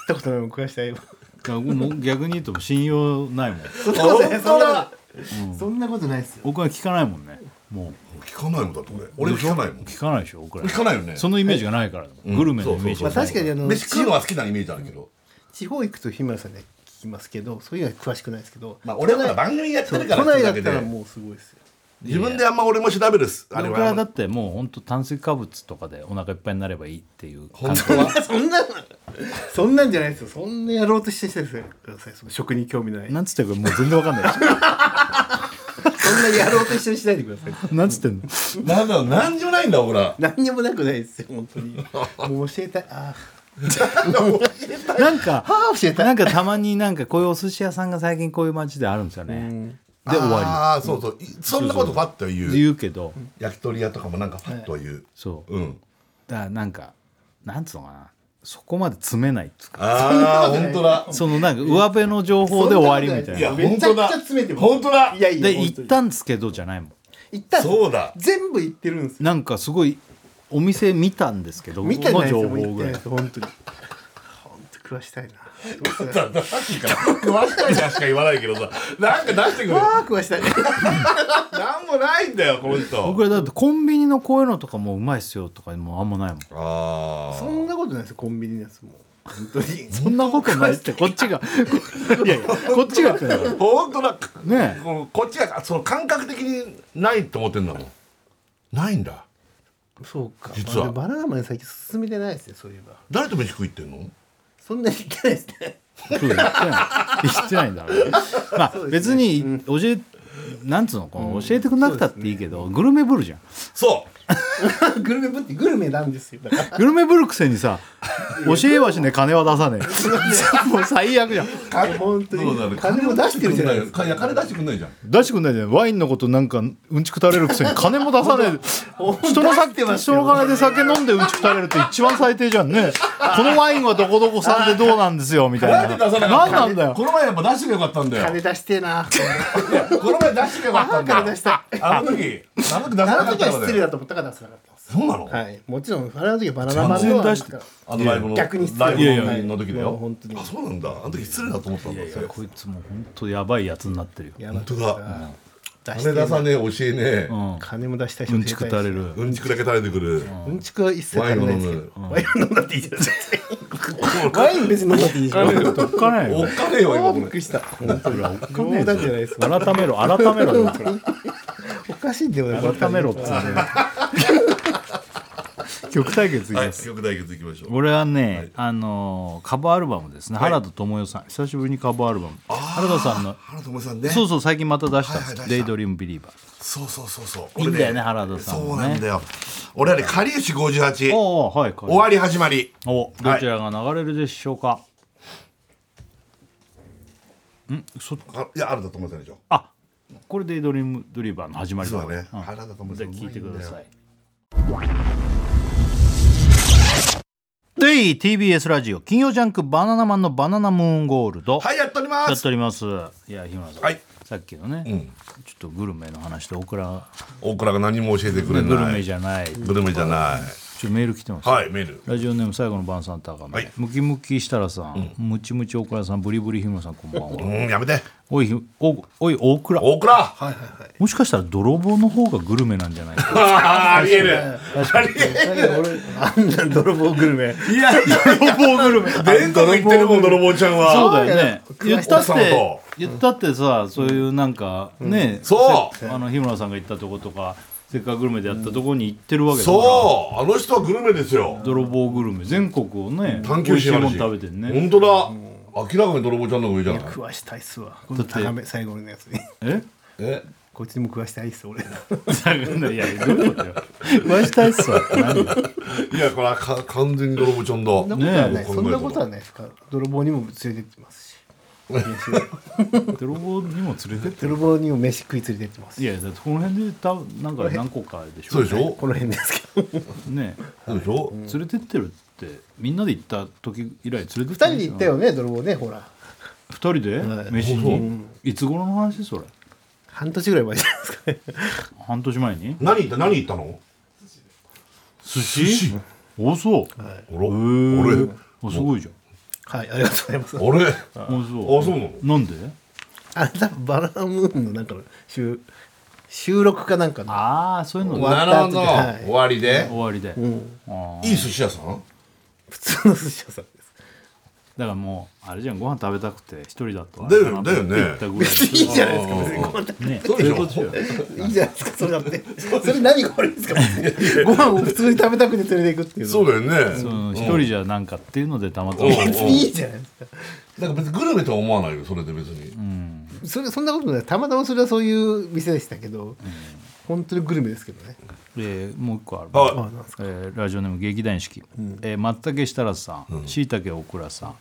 S3: たことないもん食わしたいもん
S1: だからもう逆に言うと信用ないもん
S3: そんなことな い
S2: 本当だ
S3: そんなことないですよ
S1: 僕は聞かないもんねも
S2: 聞かないもんだって俺俺聞かないも
S1: うん聞かないでしょ僕ら
S2: 聞かないよね
S1: そのイメージがないから、グルメのイメージ
S2: そう
S3: ま
S1: が
S3: あ
S2: そう
S3: 確かにあの
S2: 飯食うのは好きなイメージあるけど
S3: 地方行くと日村さんには聞きますけどそういうのは詳しくないですけど
S2: まあ俺はほら番組やって
S3: そう
S2: る
S3: 都
S2: から
S3: 内だ
S2: だ
S3: っ
S2: け
S3: たら
S2: で
S3: もうすごいですよ
S2: 自分であんま俺も調べるっすあれ
S1: 僕らだ
S2: は
S1: ってもう本当炭水化物とかでお腹いっぱいになればいいっていう
S2: 本
S1: 感じ
S2: 当は
S3: そんなそんなんじゃないですよそんなやろうとしてしてくださいその食に興味ない
S1: なんつってるかもう全然わかんないで
S3: そんなにやろうとしてしないでください
S1: しょなんつってんの
S2: なんだろうなんにもないんだほら
S3: 何にもなくないですよ本当にもう教えたいあ
S1: なんか
S3: あ教えたい
S1: なんかたまになんかこういうお寿司屋さんが最近こういう街であるんですよねで終わ
S2: ああそうそういそんなことパッと言
S1: り
S2: う
S1: 言うけど
S2: 焼き鳥屋とかもなんかパッと言う
S1: そう
S2: うん
S1: だからなんかなんつうのかなそこまで詰めないっつうか
S2: ああ本当だ
S1: そのなんか上辺の情報で終わりみたい
S2: い
S1: な
S2: や
S3: そ
S2: 本当
S3: んなことない
S2: だ
S3: めちゃくちゃ詰めてます
S2: 本当だ
S3: いやいや
S1: で
S3: 本
S1: 行
S3: 当
S1: っ
S3: に
S1: たんですけどじゃないもん
S3: 行ったんです
S2: そうだ
S3: 全部行ってるんですよ
S1: なんかすごいお店見たんですけど
S3: 見てない
S1: の
S3: ですよ
S1: 情
S3: もう行
S1: 報
S3: って
S1: ぐら
S3: ない
S1: い
S3: です本当に本当食わしたいなどうする
S2: だださっきから食わしたいなしか言わないけどさなんか出してくれ
S3: あー食わしたい
S2: なんもないんだよこの人
S1: 僕らだってコンビニのこういうのとかもうまいっすよとかもうあんまないもん
S2: あ
S3: そんなことないですよコンビニのやつも本当に
S1: そんなことないってこっちが いやいやこっちが言ってんだから
S2: あ本当だ
S1: ねえ
S2: ここっちがその感覚的にないと思ってんだもんないんだ
S3: そうか
S2: 実は
S3: まあでもバナナマン最近進めてないですねそういえば
S2: 誰と飯食いってんの
S3: そんなに行ってないですね
S1: そう言ってない言ってないんだろうねまあ、
S3: そうです
S1: 別
S3: ね
S1: に教えなんつうのこの教えてくれなくたっていいけど、グルメブルじゃん
S2: そう
S3: グルメぶってグルメなんですよだ から
S1: グルメブルくせにさ教えはしねえ金は出さねえ もう最悪じゃん
S3: 本当
S2: そうだね
S3: に金も出してるじゃないですか
S2: いや金出してくんないじゃん
S1: 出してくんないじゃんワインのことなんかうんちくたれるくせに金も出さねえ人の酒人の金で酒飲んでうんちくたれるって一番最低じゃんねこのワインはどこどこ産でどうなんですよみたい
S2: なんで
S1: な
S2: 出さなか
S1: 何
S2: った
S1: なんだよ
S2: この前やっぱ出してけばよかったんだよ
S3: 金出してえな
S2: この前出してけばよかったんだよ
S3: 金出した
S2: あの時あの時出さな
S3: あの
S2: かっ
S3: 時
S2: た
S3: は
S2: の
S3: 失礼
S2: で
S3: だと思ったから出せなかったんです
S2: そうなの、
S3: はいもちろんあの時はバナナマン
S1: 全
S3: の
S1: 然出して
S2: あのライブの
S3: 逆に失礼
S2: ライブの
S1: いやいや
S2: の時だ
S3: もう
S2: よ
S3: 本当に
S2: あそうなんだあの時失礼だと思ったんだそれ
S1: こいつもう本当やばいやつになってるよ、
S3: やば
S2: 本
S3: い
S2: 当だ
S3: 出
S2: 金
S3: してえな
S2: 出さねえ教えねえ
S1: うん、
S3: 金も出したい人
S1: うんちくたれる
S2: うんちくだけ垂れてくる
S3: うんちくは一切足りないですけどワイン飲んだっていいじゃないですかワイン別に飲んだっていいじゃないですか
S1: おっかねえ
S2: お
S1: よ
S2: っかねえよ今こ
S3: びっく
S2: れ
S3: りした本当に お
S1: おっかねえ
S3: じゃないです
S1: ぞ改めろ改めろよ
S3: おかしいんだよね
S1: 改めろっつって 曲対決いき
S2: は
S1: ま
S2: い
S1: す、
S2: 曲対決いきましょう
S1: 俺はね、あのーカバーアルバムですね、原田知世さん久しぶりにカバーアルバム原田さんの
S2: 原智さんね
S1: そうそう最近また出したんです
S2: はいはい出した
S1: デイドリームビリーバー」
S2: そうそうそうそう
S1: いいんだよね
S2: 俺
S1: 原田さんもね
S2: そうなんだよ俺はねかりゆし58終
S1: おおはいこれ
S2: わり始まり
S1: おどちらが流れるでしょうか、んそ
S2: あいやあるだと思ってないでしょ
S1: あこれデイドリームドリーバーの始まり
S2: 実
S1: だ
S2: はね、
S1: うん
S2: 原田知世
S1: で聞いてくだ
S2: うま
S1: さ
S2: ん
S1: い。で TBS ラジオ金曜ジャンク「バナナマンのバナナムーンゴールド」
S2: だよはいやっており
S1: や
S2: ま
S1: っ
S2: す
S1: ておりますいや日村さん、
S2: はい
S1: さっきのね、
S2: ん
S1: ちょっとグルメの話でオクラ
S2: 大倉が何も教えてく
S1: グ
S2: れない
S1: ルメじゃない、ちょ
S2: グルメじゃない、
S1: っとメール来てます、
S2: はいメール
S1: ラジオネーム最後の晩さん高め、
S2: はい
S1: ムキムキ設楽さん、ムチムチ大倉さんブリブリ日村さんこんばん
S2: う
S1: は
S2: んやめて
S1: おいひおおい大倉
S2: 大倉
S3: はいはいはい
S1: もしかしたら泥棒の方がグルメなんじゃないか
S2: あーありえるありえ
S3: だけど俺あんな泥棒グルメ
S2: るいや泥棒グルメ全国行ってるもん泥棒ちゃんは
S1: そうだよね
S3: そうだよ
S1: 言ったっ
S2: 奥様
S1: て
S2: と
S1: 言ったってさそういうなんかね
S2: そう
S1: せあの日村さんが行ったとことかせっかくグルメでやったとこに行ってるわけだから
S2: そうあの人はグルメですよ
S1: 泥棒グルメ全国をね
S2: 探求心
S1: 美
S2: ある
S1: 味
S2: し
S1: しいもん食べてんね
S2: 本当だ明らかに泥棒ちゃんの方が上じゃない
S3: 食わしたいっすわ今度高め最後のやつに
S1: え
S2: え
S3: こっちにも食わしたいっす俺
S1: いやどういうことよわしたいっすわって何よ
S2: いやこれはか完全に泥棒ちゃんだ
S3: そんなことはない、
S2: ねえ
S3: そんなことはないですから泥棒にも連れてって ますし
S1: 泥棒にも連れてって
S3: 泥棒にも飯食い連れてってます
S1: いやだってこの辺でたなんか何個かでしょ
S2: そうでしょ
S3: この辺ですけど
S1: ね
S2: そうでしょ
S1: 連れてってるってみんなで行った時以来連れてって
S3: 二人で行ったよね泥棒ねほら
S1: 二人で
S3: はい
S1: 飯
S2: そう
S1: にいつ頃の話それ
S3: 半年ぐらい前じゃないですかね
S1: 半年前に
S2: 何言った何言ったの
S1: 寿司おそう
S2: あら
S1: へ
S2: 俺
S1: えあすごいじゃ
S3: はいありがとうございます
S2: 俺
S1: んおそう
S2: あそうなの
S1: なんで
S3: あれ多分バナナムーンのなんかの収収録かなんかの
S1: ああそういうの
S3: 終
S1: が
S3: わ
S2: な
S3: っ
S2: るほ
S3: た後で
S2: ど
S3: はい
S2: 終わりで
S1: 終わりであー
S2: いい寿司屋さん
S3: 普通の寿司屋さんです
S1: だからもうあれじゃんご飯食べたくて一人だと
S2: だよだよね
S1: 行ったぐらい
S3: いいじゃないですか別にご飯 食
S1: ね
S2: そうでしょ
S3: べいいじゃないですかそれだってそれ何が悪いんですか別にご飯を普通に食べたくて連れていくっていうの
S2: そうだよね
S1: そ
S2: う
S1: の
S2: ん
S1: 一人じゃなんかっていうのでたまたま
S2: うん
S3: 別にいいじゃないですか
S2: なんか別にグルメとは思わないよそれで別に
S3: それそんなことないたまたまそれはそういう店でしたけど、本当にグルメですけどね
S1: えーもう一個ある
S2: はい
S3: あなんですか
S1: えーラジオネーム劇団四季、えー松茸設楽さんしいたけ大倉さん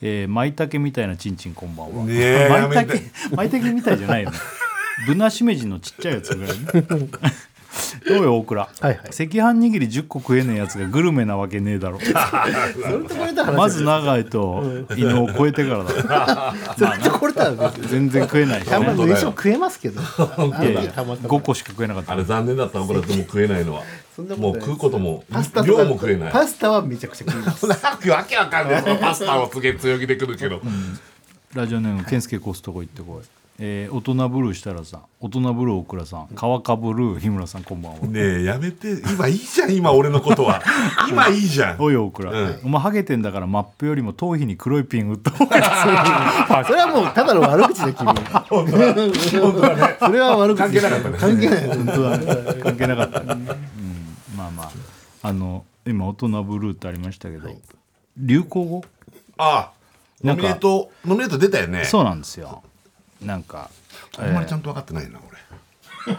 S1: えー舞茸みたいなちんちんこんばんは
S2: ねえや
S1: 舞
S2: め
S1: 茸
S2: て
S1: 舞茸みたいじゃないよね ぶなしめじのちっちゃいやつぐらい ねどうよ大倉、
S3: はいはい
S1: 赤飯握り10個食えねえやつがグルメなわけねえだろ
S3: それとこれとは話
S1: まず長いと犬を超えてからだ
S3: それとこれとは別に
S1: 全然食えないしね
S3: たま
S2: 当
S3: に
S2: だよ
S3: 飯を食えますけ
S1: い
S3: ど
S1: やい
S3: あの
S1: や
S3: 時たまた
S1: 5
S3: ま
S1: 個しか食えなかった
S2: あれ残念だったのこれでも食えないのは
S3: そんなことな
S2: も
S3: いうです
S2: 食うことも
S3: パスタと
S2: 量
S3: か
S2: も食えない
S3: パスタはめちゃくちゃ食います
S2: なんかわけわかんないそのパスタをすげえ強気でくるけど
S1: ラジオネーム健介コストコ行ってこい、えー大人ブルー設楽さん大人ブルー大倉さん川かぶる日村さんこんばんは
S2: ねえやめて今いいじゃん今俺のことは今いいじゃん
S1: おい大倉、
S2: うん
S1: お前ハゲてんだからマップよりも頭皮に黒いピン打った方がいいそ
S3: それはもうただの悪口で君それは悪口関係なかったね関係ない
S1: れ本当だね関係なかったね、うん、まあまああの今大人ブルーってありましたけど、流行語
S2: ああ
S1: な
S2: ノ
S1: んか
S2: ミネートノミネート出たよね
S1: そうなんですよなんか
S2: あんまりちゃんと分かってないな俺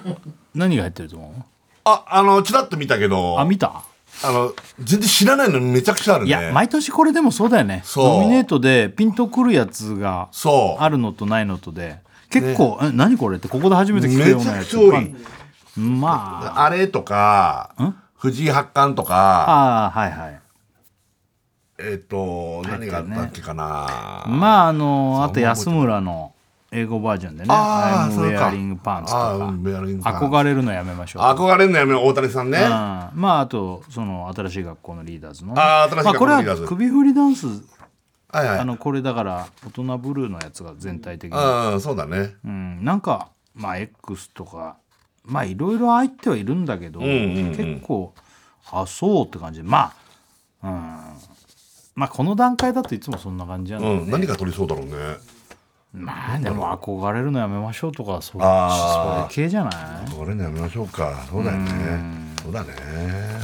S1: 何が入ってると思
S2: ああのちらっと見たけ
S1: う
S2: ど
S1: あ
S2: あ
S1: 見た
S2: の全然知らないのめちゃくちゃある
S1: い
S2: ね
S1: や、毎年これでもそうだよね
S2: そう
S1: ノミネートでピンとくるやつが
S2: そう
S1: あるのとないのとで結構「え何これ?」ってここで初めて聞くようなやつ
S2: めちゃくちゃ
S1: まあ
S2: あれとか藤井八冠とか
S1: ああはいはい
S2: えっ、と何があったっけかな、
S1: まああのあと安村の英語バージョンでね「
S2: あ
S1: ア
S2: あ
S1: イ
S2: そ
S1: ムウ
S2: れ
S1: ェ
S2: か
S1: アリングパンツ」と
S2: あー
S1: か
S2: うんウェアリ
S1: 「
S2: ングパンツ
S1: 憧れるのやめましょう」
S2: 憧れんのやめよう大谷さんね、
S1: うんまああとその新しい学校のリーダーズのね
S2: あー新しい学校のリーダーズ
S1: まあこれは首振りダンス
S2: はいはい
S1: あのこれだから大人ブルーのやつが全体的に
S2: うんそうだね
S1: うん、なんかまあ X とかまあいろいろ入ってはいるんだけど、
S2: んうんうん
S1: 結構あそうって感じでまあ、うん、まあこの段階だといつもそんな感じや
S2: う
S1: な、
S2: ん何が取りそうだろうね
S1: まあでも憧れるのやめましょうとかそう
S2: あー
S1: それ系じゃない
S2: 憧れんのやめましょうかそうだよねそうだね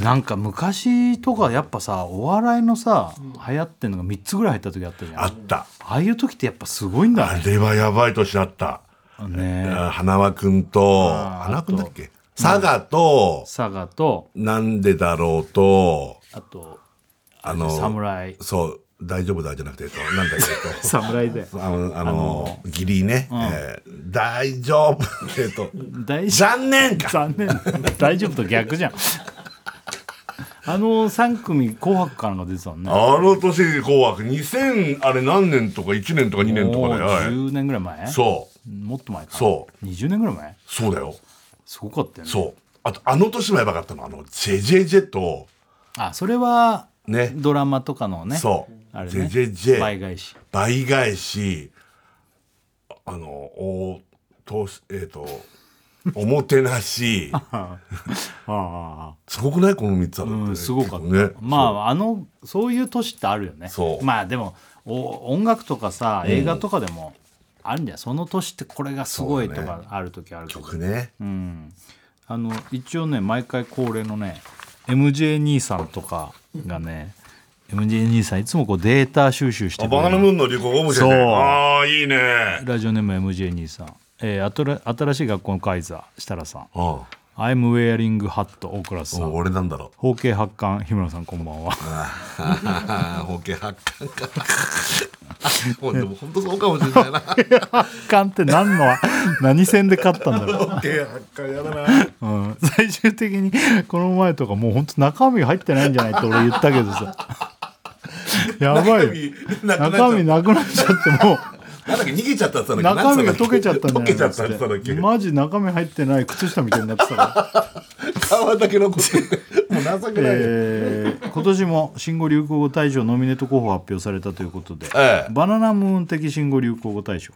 S1: なんか昔とかやっぱさお笑いのさ流行ってんのが3つぐらい入った時あったじゃん
S2: あ
S1: あ
S2: った
S1: あいう時ってやっぱすごいんだ
S2: あ
S1: ね
S2: れはやばい年だった、
S1: ね
S2: あ花輪君と花輪君だっけ佐賀と、
S1: 佐賀と
S2: なんでだろうと
S1: あと
S2: あの
S1: 侍
S2: そう大丈夫だじゃなくて、えっと、なんだっけ、えっと
S1: 侍で
S2: あの、あの、義理ね、えー大丈夫、えっと、
S1: 大丈
S2: 残念
S1: 夫
S2: か。
S1: 残念大丈夫と逆じゃんあの3組「紅白」からが出てたのね
S2: あの年、紅白、2000、あれ何年とか、1年とか2年とかだよ
S1: もう
S2: はい。
S1: 10年ぐらい前
S2: そう、
S1: もっと前か
S2: そう
S1: 20年ぐらい前
S2: そうだよ。
S1: すごかったよね
S2: そう。あと、あの年もやばかったの、あの、ジェジェジェと、
S1: あそれは
S2: ね、
S1: ドラマとかのね
S2: そう
S1: あれ
S2: ジェ
S1: ね
S2: ジェジェ
S1: 倍返し
S2: 倍返し、あの、お、とし、えっ、と、おもて なし、
S1: あ
S2: すごくないこの3つある
S1: あ
S2: って、
S1: うんすごかった、
S2: 結構ね。
S1: まああのそういう年ってあるよね
S2: そう
S1: まあでもお音楽とかさ映画とかでもあるんじゃない、その年ってこれがすごいと
S2: そうだ
S1: かある時あるけど、
S2: 曲ね。
S1: うんあの一応ね毎回恒例のね MJ 兄さんとかがね MJ 兄さんいつもこうデータ収集して
S2: あ、
S1: くれ
S2: バ
S1: る
S2: ナナムーンの流行語も
S1: そう
S2: ああ、いいね。
S1: ラジオネーム MJ 兄さん、えー、あとら新しい学校のカイザー設楽さん
S2: あ
S1: I'm wearing hat 大倉さ
S2: あ、
S1: ん
S2: 俺なんだろ
S1: 包茎発汗日村さんこんばんは
S2: う。保険発汗か。 ほんでも本当そうかもしれない な。
S1: 発汗って何の何戦で勝ったんだろ
S2: 保険発汗やだな。
S1: う、うん、最終的にこの前とかもう本当中身入ってないんじゃないって俺言ったけどさやばいよ
S2: 中身なくなっちゃ
S1: 中
S2: う
S1: 身なくなっちゃってもう
S2: なんだっけ逃げちゃったって言ったんだっけ
S1: 中身が溶けちゃったんじゃな
S2: 溶
S1: い
S2: けちゃ
S1: の
S2: ったって言ったんだっけ
S1: マジ中身入ってない靴下みたいになってたから、
S2: 皮だけ残ってもう情けないよ、
S1: えー今年も新語・流行語大賞ノミネート候補発表されたということで、
S2: ええ
S1: バナナムーン的新語・流行語大賞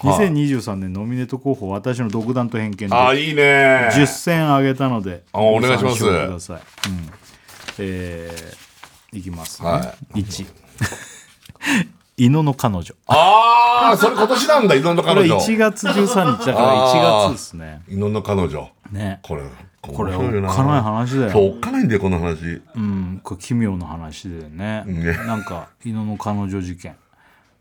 S1: 2023年ノミネート候補私の独断と偏見で
S2: ああいいね
S1: 10選あげたので
S2: あお願いします
S1: ご参照ください、うんえーいきます、ね
S2: は
S1: 1 犬の彼女
S2: ああそれ今年なんだいろんな
S1: これ
S2: 彼女
S1: 1月13日だから1月ですね
S2: いろんな彼女
S1: ね
S2: これ
S1: これお
S2: 面白
S1: っかない話だよ
S2: そうおっかないんだよこの話
S1: うん、これ奇妙な話でね
S2: ね
S1: なんか犬の彼女事件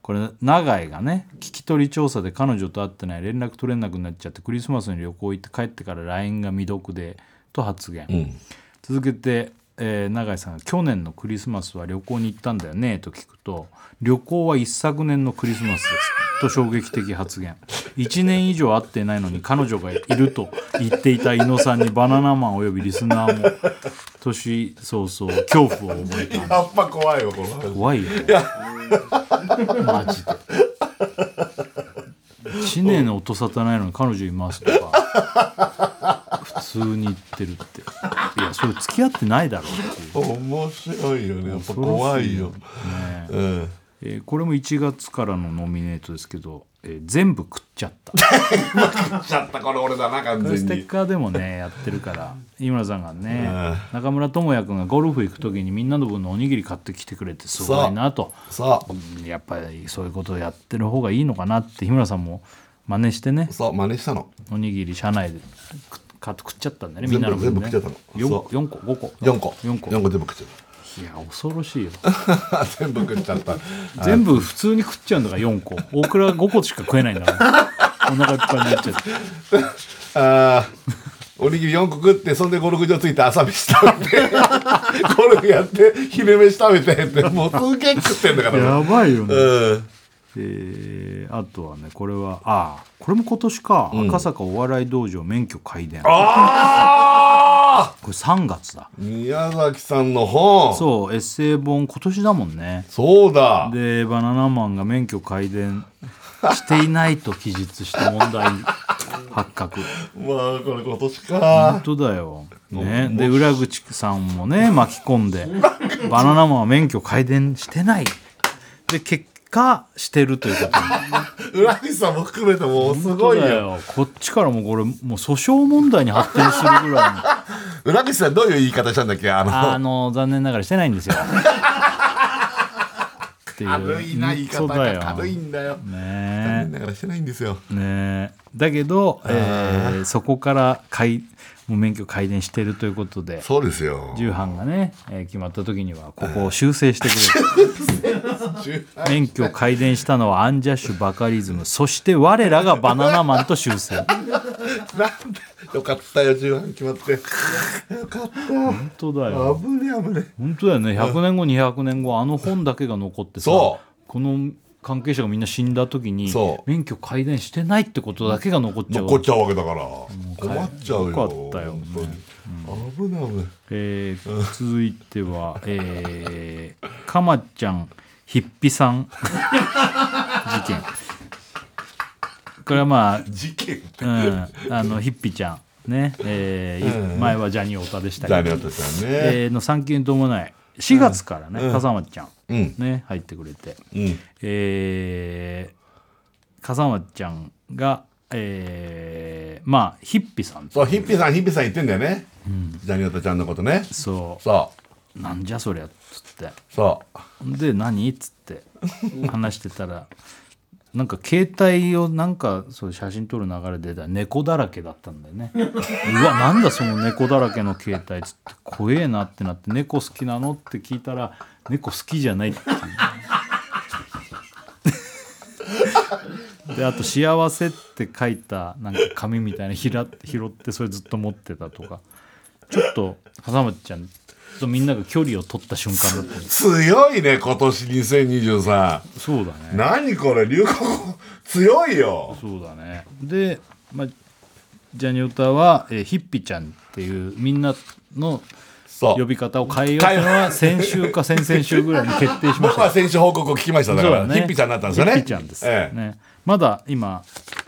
S1: これ永井がね聞き取り調査で彼女と会ってない連絡取れなくなっちゃってクリスマスに旅行行って帰ってから LINE が未読でと発言、
S2: うん
S1: 続けて、えー永井さんが「去年のクリスマスは旅行に行ったんだよね」と聞くと「旅行は一昨年のクリスマスです」と衝撃的発言1年以上会ってないのに彼女がいると言っていた伊野さんにバナナマンおよびリスナーも年早々恐怖を覚えた
S2: やっぱ怖いわこの話
S1: 怖いよマジで1年の音沙汰ないのに彼女いますとか普通に言ってるっていやそれ付き合ってないだろうっていう
S2: 面白いよねやっぱ怖いようん
S1: えーこれも1月からのノミネートですけど、えー全部食っちゃった
S2: しちゃったこれ俺だな完
S1: これス
S2: 全
S1: テッ
S2: に
S1: カーでもねやってるから井村さんがね
S2: うん
S1: 中村智也君がゴルフ行く時にみんなの分のおにぎり買ってきてくれてすごいなと
S2: そ
S1: うんやっぱりそういうことをやってる方がいいのかなって日村さんも真似してね
S2: うそう真似したの
S1: おにぎり社内でく買って食っちゃったんだねみんなの分、ね、
S2: 全部全部食っちゃった
S1: 4
S2: のそ
S1: 個4個5個
S2: 4個
S1: 4個
S2: 四個全部食っち
S1: いや恐ろしいよ
S2: ゃった 全部食っちゃった
S1: 全部普通に食っちゃうんだから4個大倉5個しか食えないんだからお腹いっぱいになっちゃって
S2: あーおにぎり4個食ってそんでゴルフ場着いて朝飯食べて ゴルフやって昼飯食べてってもうすげえ食ってんだから
S1: や
S2: ね
S1: ばいよね、
S2: うん
S1: えーあとはねこれはあこれも今年か、赤坂お笑い道場免許改伝こ
S2: ああ
S1: れ3月だ
S2: 宮崎さんの本そう
S1: そうエッセイ本今年だもんね
S2: だ
S1: でバナナマンが免許改伝していないと記述して問題発覚
S2: まあこれ今年か
S1: 本当だよ、ね、で裏口さんもね巻き込んでバナナマンは免許改伝してないで結果してるということに
S2: 浦西さんも含めてもうすご
S1: 本
S2: い
S1: 当だ
S2: よ
S1: よこっちからもこれもう訴訟問題に発展するぐらいの
S2: 浦西さんどういう言い方したんだっけあの
S1: あの残念ながらしてないんですよっていう
S2: 軽いな言い方
S1: 本当だ
S2: が
S1: よ
S2: 軽いんだよ残
S1: ね
S2: 念ながらしてないんですよ
S1: えねえだけど、えーそこから改もう免許改伝してるということで
S2: そうですよ
S1: 重犯がね、えー決まった時にはここを修正してくれる 免許を改伝したのはアン ジャッシュバカリズムそして我らがバナナマンと修正
S2: なんでよかったよ重版決まってよかった
S1: 本当だよ
S2: 危ね危ね
S1: 本当だよね100年後200年後あの本だけが残ってさ
S2: そ
S1: この関係者がみんな死んだ時に
S2: そう
S1: 免許改善してないってことだけが残っちゃう
S2: 残っちゃうわけだから困っちゃうよ
S1: よかったよ
S2: 本当に危ね危ね
S1: えー続いて は、えー、かまちゃんひっぴさ ん事件これはまあ
S2: 事件
S1: うん、あのヒッピちゃんね、えー
S2: うん
S1: 前はジャニーオタでした
S2: じゃああ
S1: けど、
S2: りがとうさんね
S1: えーの産休に伴い4月からね、
S2: うん
S1: 笠松ちゃん、
S2: うん
S1: ね、入ってくれて、
S2: うん
S1: えー、笠松ちゃんが、えーまあヒッピさんと
S2: そうヒッピーさんヒッピーさん言ってんだよねジャニオタちゃんのことね
S1: そ
S2: そう
S1: なんじゃそりゃっつって
S2: うそう
S1: で何っつって話してたらなんか携帯をなんかそう写真撮る流れでだ猫だらけだったんだよねうわなんだその猫だらけの携帯っつって怖えなってなって猫好きなのって聞いたら猫好きじゃないっていうであと「幸せ」って書いたなんか紙みたいなひら拾ってそれずっと持ってたとかちょっと笠松ちゃんとみんなが距離を取った瞬間だった
S2: 強いね今年2023
S1: そうだね。
S2: 何これ流行語強いよ
S1: そうだね。で、まあ、ジャニオタは、えーヒッピちゃんっていうみんなの
S2: そう
S1: 呼び方を変えようっていうのは先週か先々週ぐらいに決定しまし
S2: 僕
S1: た。
S2: は先週報告を聞きましただか
S1: そ
S2: ら、
S1: うだね
S2: ヒッピーちゃんになったんですよね
S1: ヒッピちゃんです、
S2: ええ
S1: ね。まだ今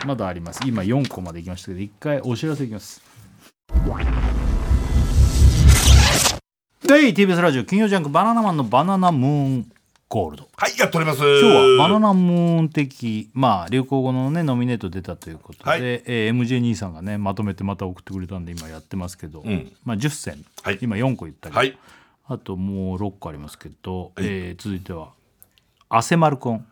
S1: まだあります。今4個までいきましたけど、一回お知らせいきます。はい、TBS ラジオ金曜ジャンクバナナマンのバナナムーンゴールド。
S2: はいやっております
S1: 今日はバナ
S2: ナ
S1: ナムーン的、まあ、流行語の、ね、ノミネート出たということで、
S2: はい
S1: えー MJ 兄さんが、ね、まとめてまた送ってくれたんで今やってますけど、
S2: ん
S1: まあ、10選、
S2: はい
S1: 今4個言ったけど、
S2: はい
S1: あともう6個ありますけど、えー続いては「汗丸コン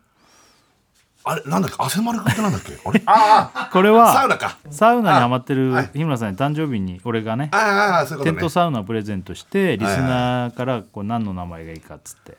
S2: あれなんだっけ汗丸くんってなんだっけ あれあ」
S1: これ
S2: あ サウ
S1: は
S2: ナか
S1: サウナにハマってる
S2: はい
S1: 日村さんに誕生日に俺がね
S2: ああああそういう
S1: テ
S2: こ
S1: ン
S2: と
S1: ト
S2: ね
S1: サウナをプレゼントしてリス
S2: はい
S1: ナーからこう何の名前がいいかっつって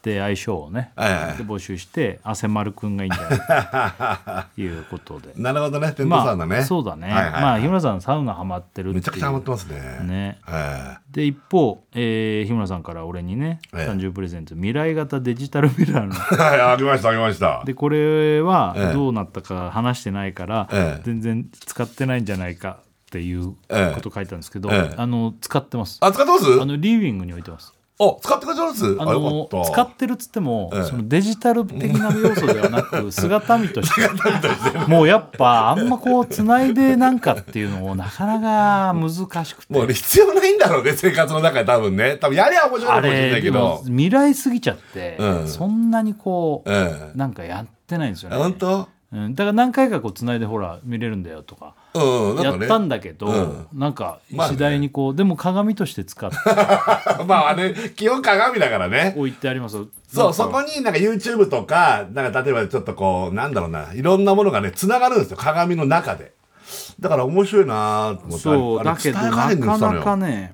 S1: で相性をね、
S2: はいはい
S1: で募集して「汗丸くんがいいんじゃないかということ で
S2: なるほどねテントサウナね、
S1: まあ、そうだね、
S2: はいはいはい
S1: まあ日村さんサウナハマってるっていう
S2: めちゃくちゃハマってますね
S1: ね
S2: ええ
S1: で一方、えー日村さんから俺にね
S2: ええ
S1: 誕生日プレゼント未来型デジタルミラー の
S2: はいあげましたあげました
S1: でこれは
S2: ええ
S1: どうなったか話してないから、
S2: ええ
S1: 全然使ってないんじゃないかっていう
S2: ええ
S1: こと書いたんですけど、
S2: ええ
S1: あの使ってます
S2: あ使ってます
S1: あのリービングに置いてます
S2: お使ってくれてます
S1: あ
S2: あよ
S1: の
S2: かった
S1: 使ってるっつっても、
S2: ええ
S1: そのデジタル的な要素ではな く姿見としてもうやっぱあんまこうつないでなんかっていうのもなかなか難しくて
S2: もうね必要ないんだろうね生活の中で多分ね多分やりゃ面白いか
S1: あ
S2: もしれな
S1: れ
S2: い
S1: で
S2: け
S1: も
S2: ど
S1: 未来すぎちゃって、
S2: うん
S1: そんなにこう、
S2: え
S1: なんかやってないんですよ
S2: え
S1: ね
S2: 本当
S1: うん、だから何回かこうつないでほら見れるんだよとか
S2: うんなん
S1: や
S2: か
S1: っ
S2: ね
S1: たんだけど、
S2: う
S1: なんか
S2: まあね
S1: 次第にこう、でも鏡として使って
S2: まああれ基本鏡だからね
S1: 置いてあります よ
S2: そ
S1: なん
S2: う、
S1: か
S2: そこになんか YouTube とか、なんか例えばちょっとこう、なんだろうな、いろんなものがね、繋がるんですよ、鏡の中で。だから面白いなと思って。
S1: そう
S2: あれ
S1: だけど
S2: 伝えら
S1: な
S2: れ
S1: ん
S2: の
S1: かなか
S2: 伝
S1: ね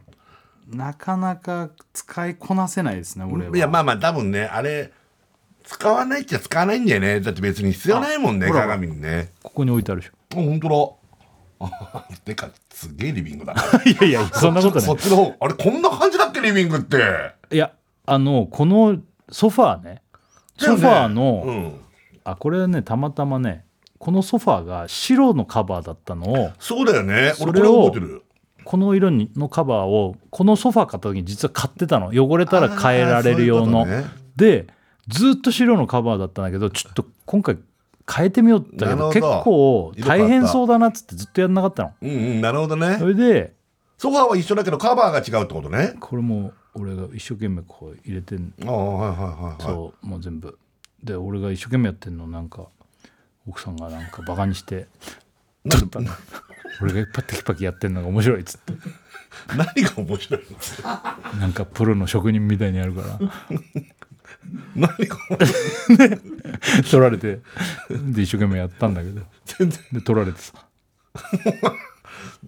S1: なかなか使いこなせないですね
S2: え
S1: 俺
S2: る
S1: は
S2: よいや、まあまあ、多分ね、あれ、使わないっちゃ使わないんだよね。だって別に必要ないもんね、
S1: あほら
S2: 鏡にね。
S1: ここに置いてあるでし ょ
S2: あ、本当だ。 あてか、すげえリビングだ。
S1: いやいや そんなこと
S2: そ
S1: な
S2: っちの方、あれ、こんな感じだっけ、リビングって。
S1: いいやあのこのソファーねソファーの、
S2: うん。
S1: あこれはねたまたまねこのソファーが白のカバーだったのを
S2: そうだよね。
S1: そ
S2: 俺、
S1: れを
S2: これ覚えてる。
S1: この色にのカバーをこのソファー買った時に実は買ってたの汚れたら変えられる用の
S2: あーそういうことね
S1: でずっと白のカバーだったんだけどちょっと今回変えてみようって言ったけど
S2: な
S1: 結
S2: る
S1: 構
S2: ほど
S1: 大変そうだなっつってずっとやんなかったの
S2: うんうん、なるほどね
S1: そ。れで
S2: ソファーは一緒だけどカバーが違うってことね。
S1: これも俺が一生懸命こう入れてん
S2: ああはいはいはいはい。
S1: そうもう全部で俺が一生懸命やってんのなんか奥さんがなんかバカにして
S2: なん
S1: 撮ったの 俺がパキパキやってんのが面白いっつって
S2: 何が面白いの？
S1: なんかプロの職人みたいにやるから
S2: 何が面白い
S1: 取られてで一生懸命やったんだけど
S2: 全然。
S1: で取られてさ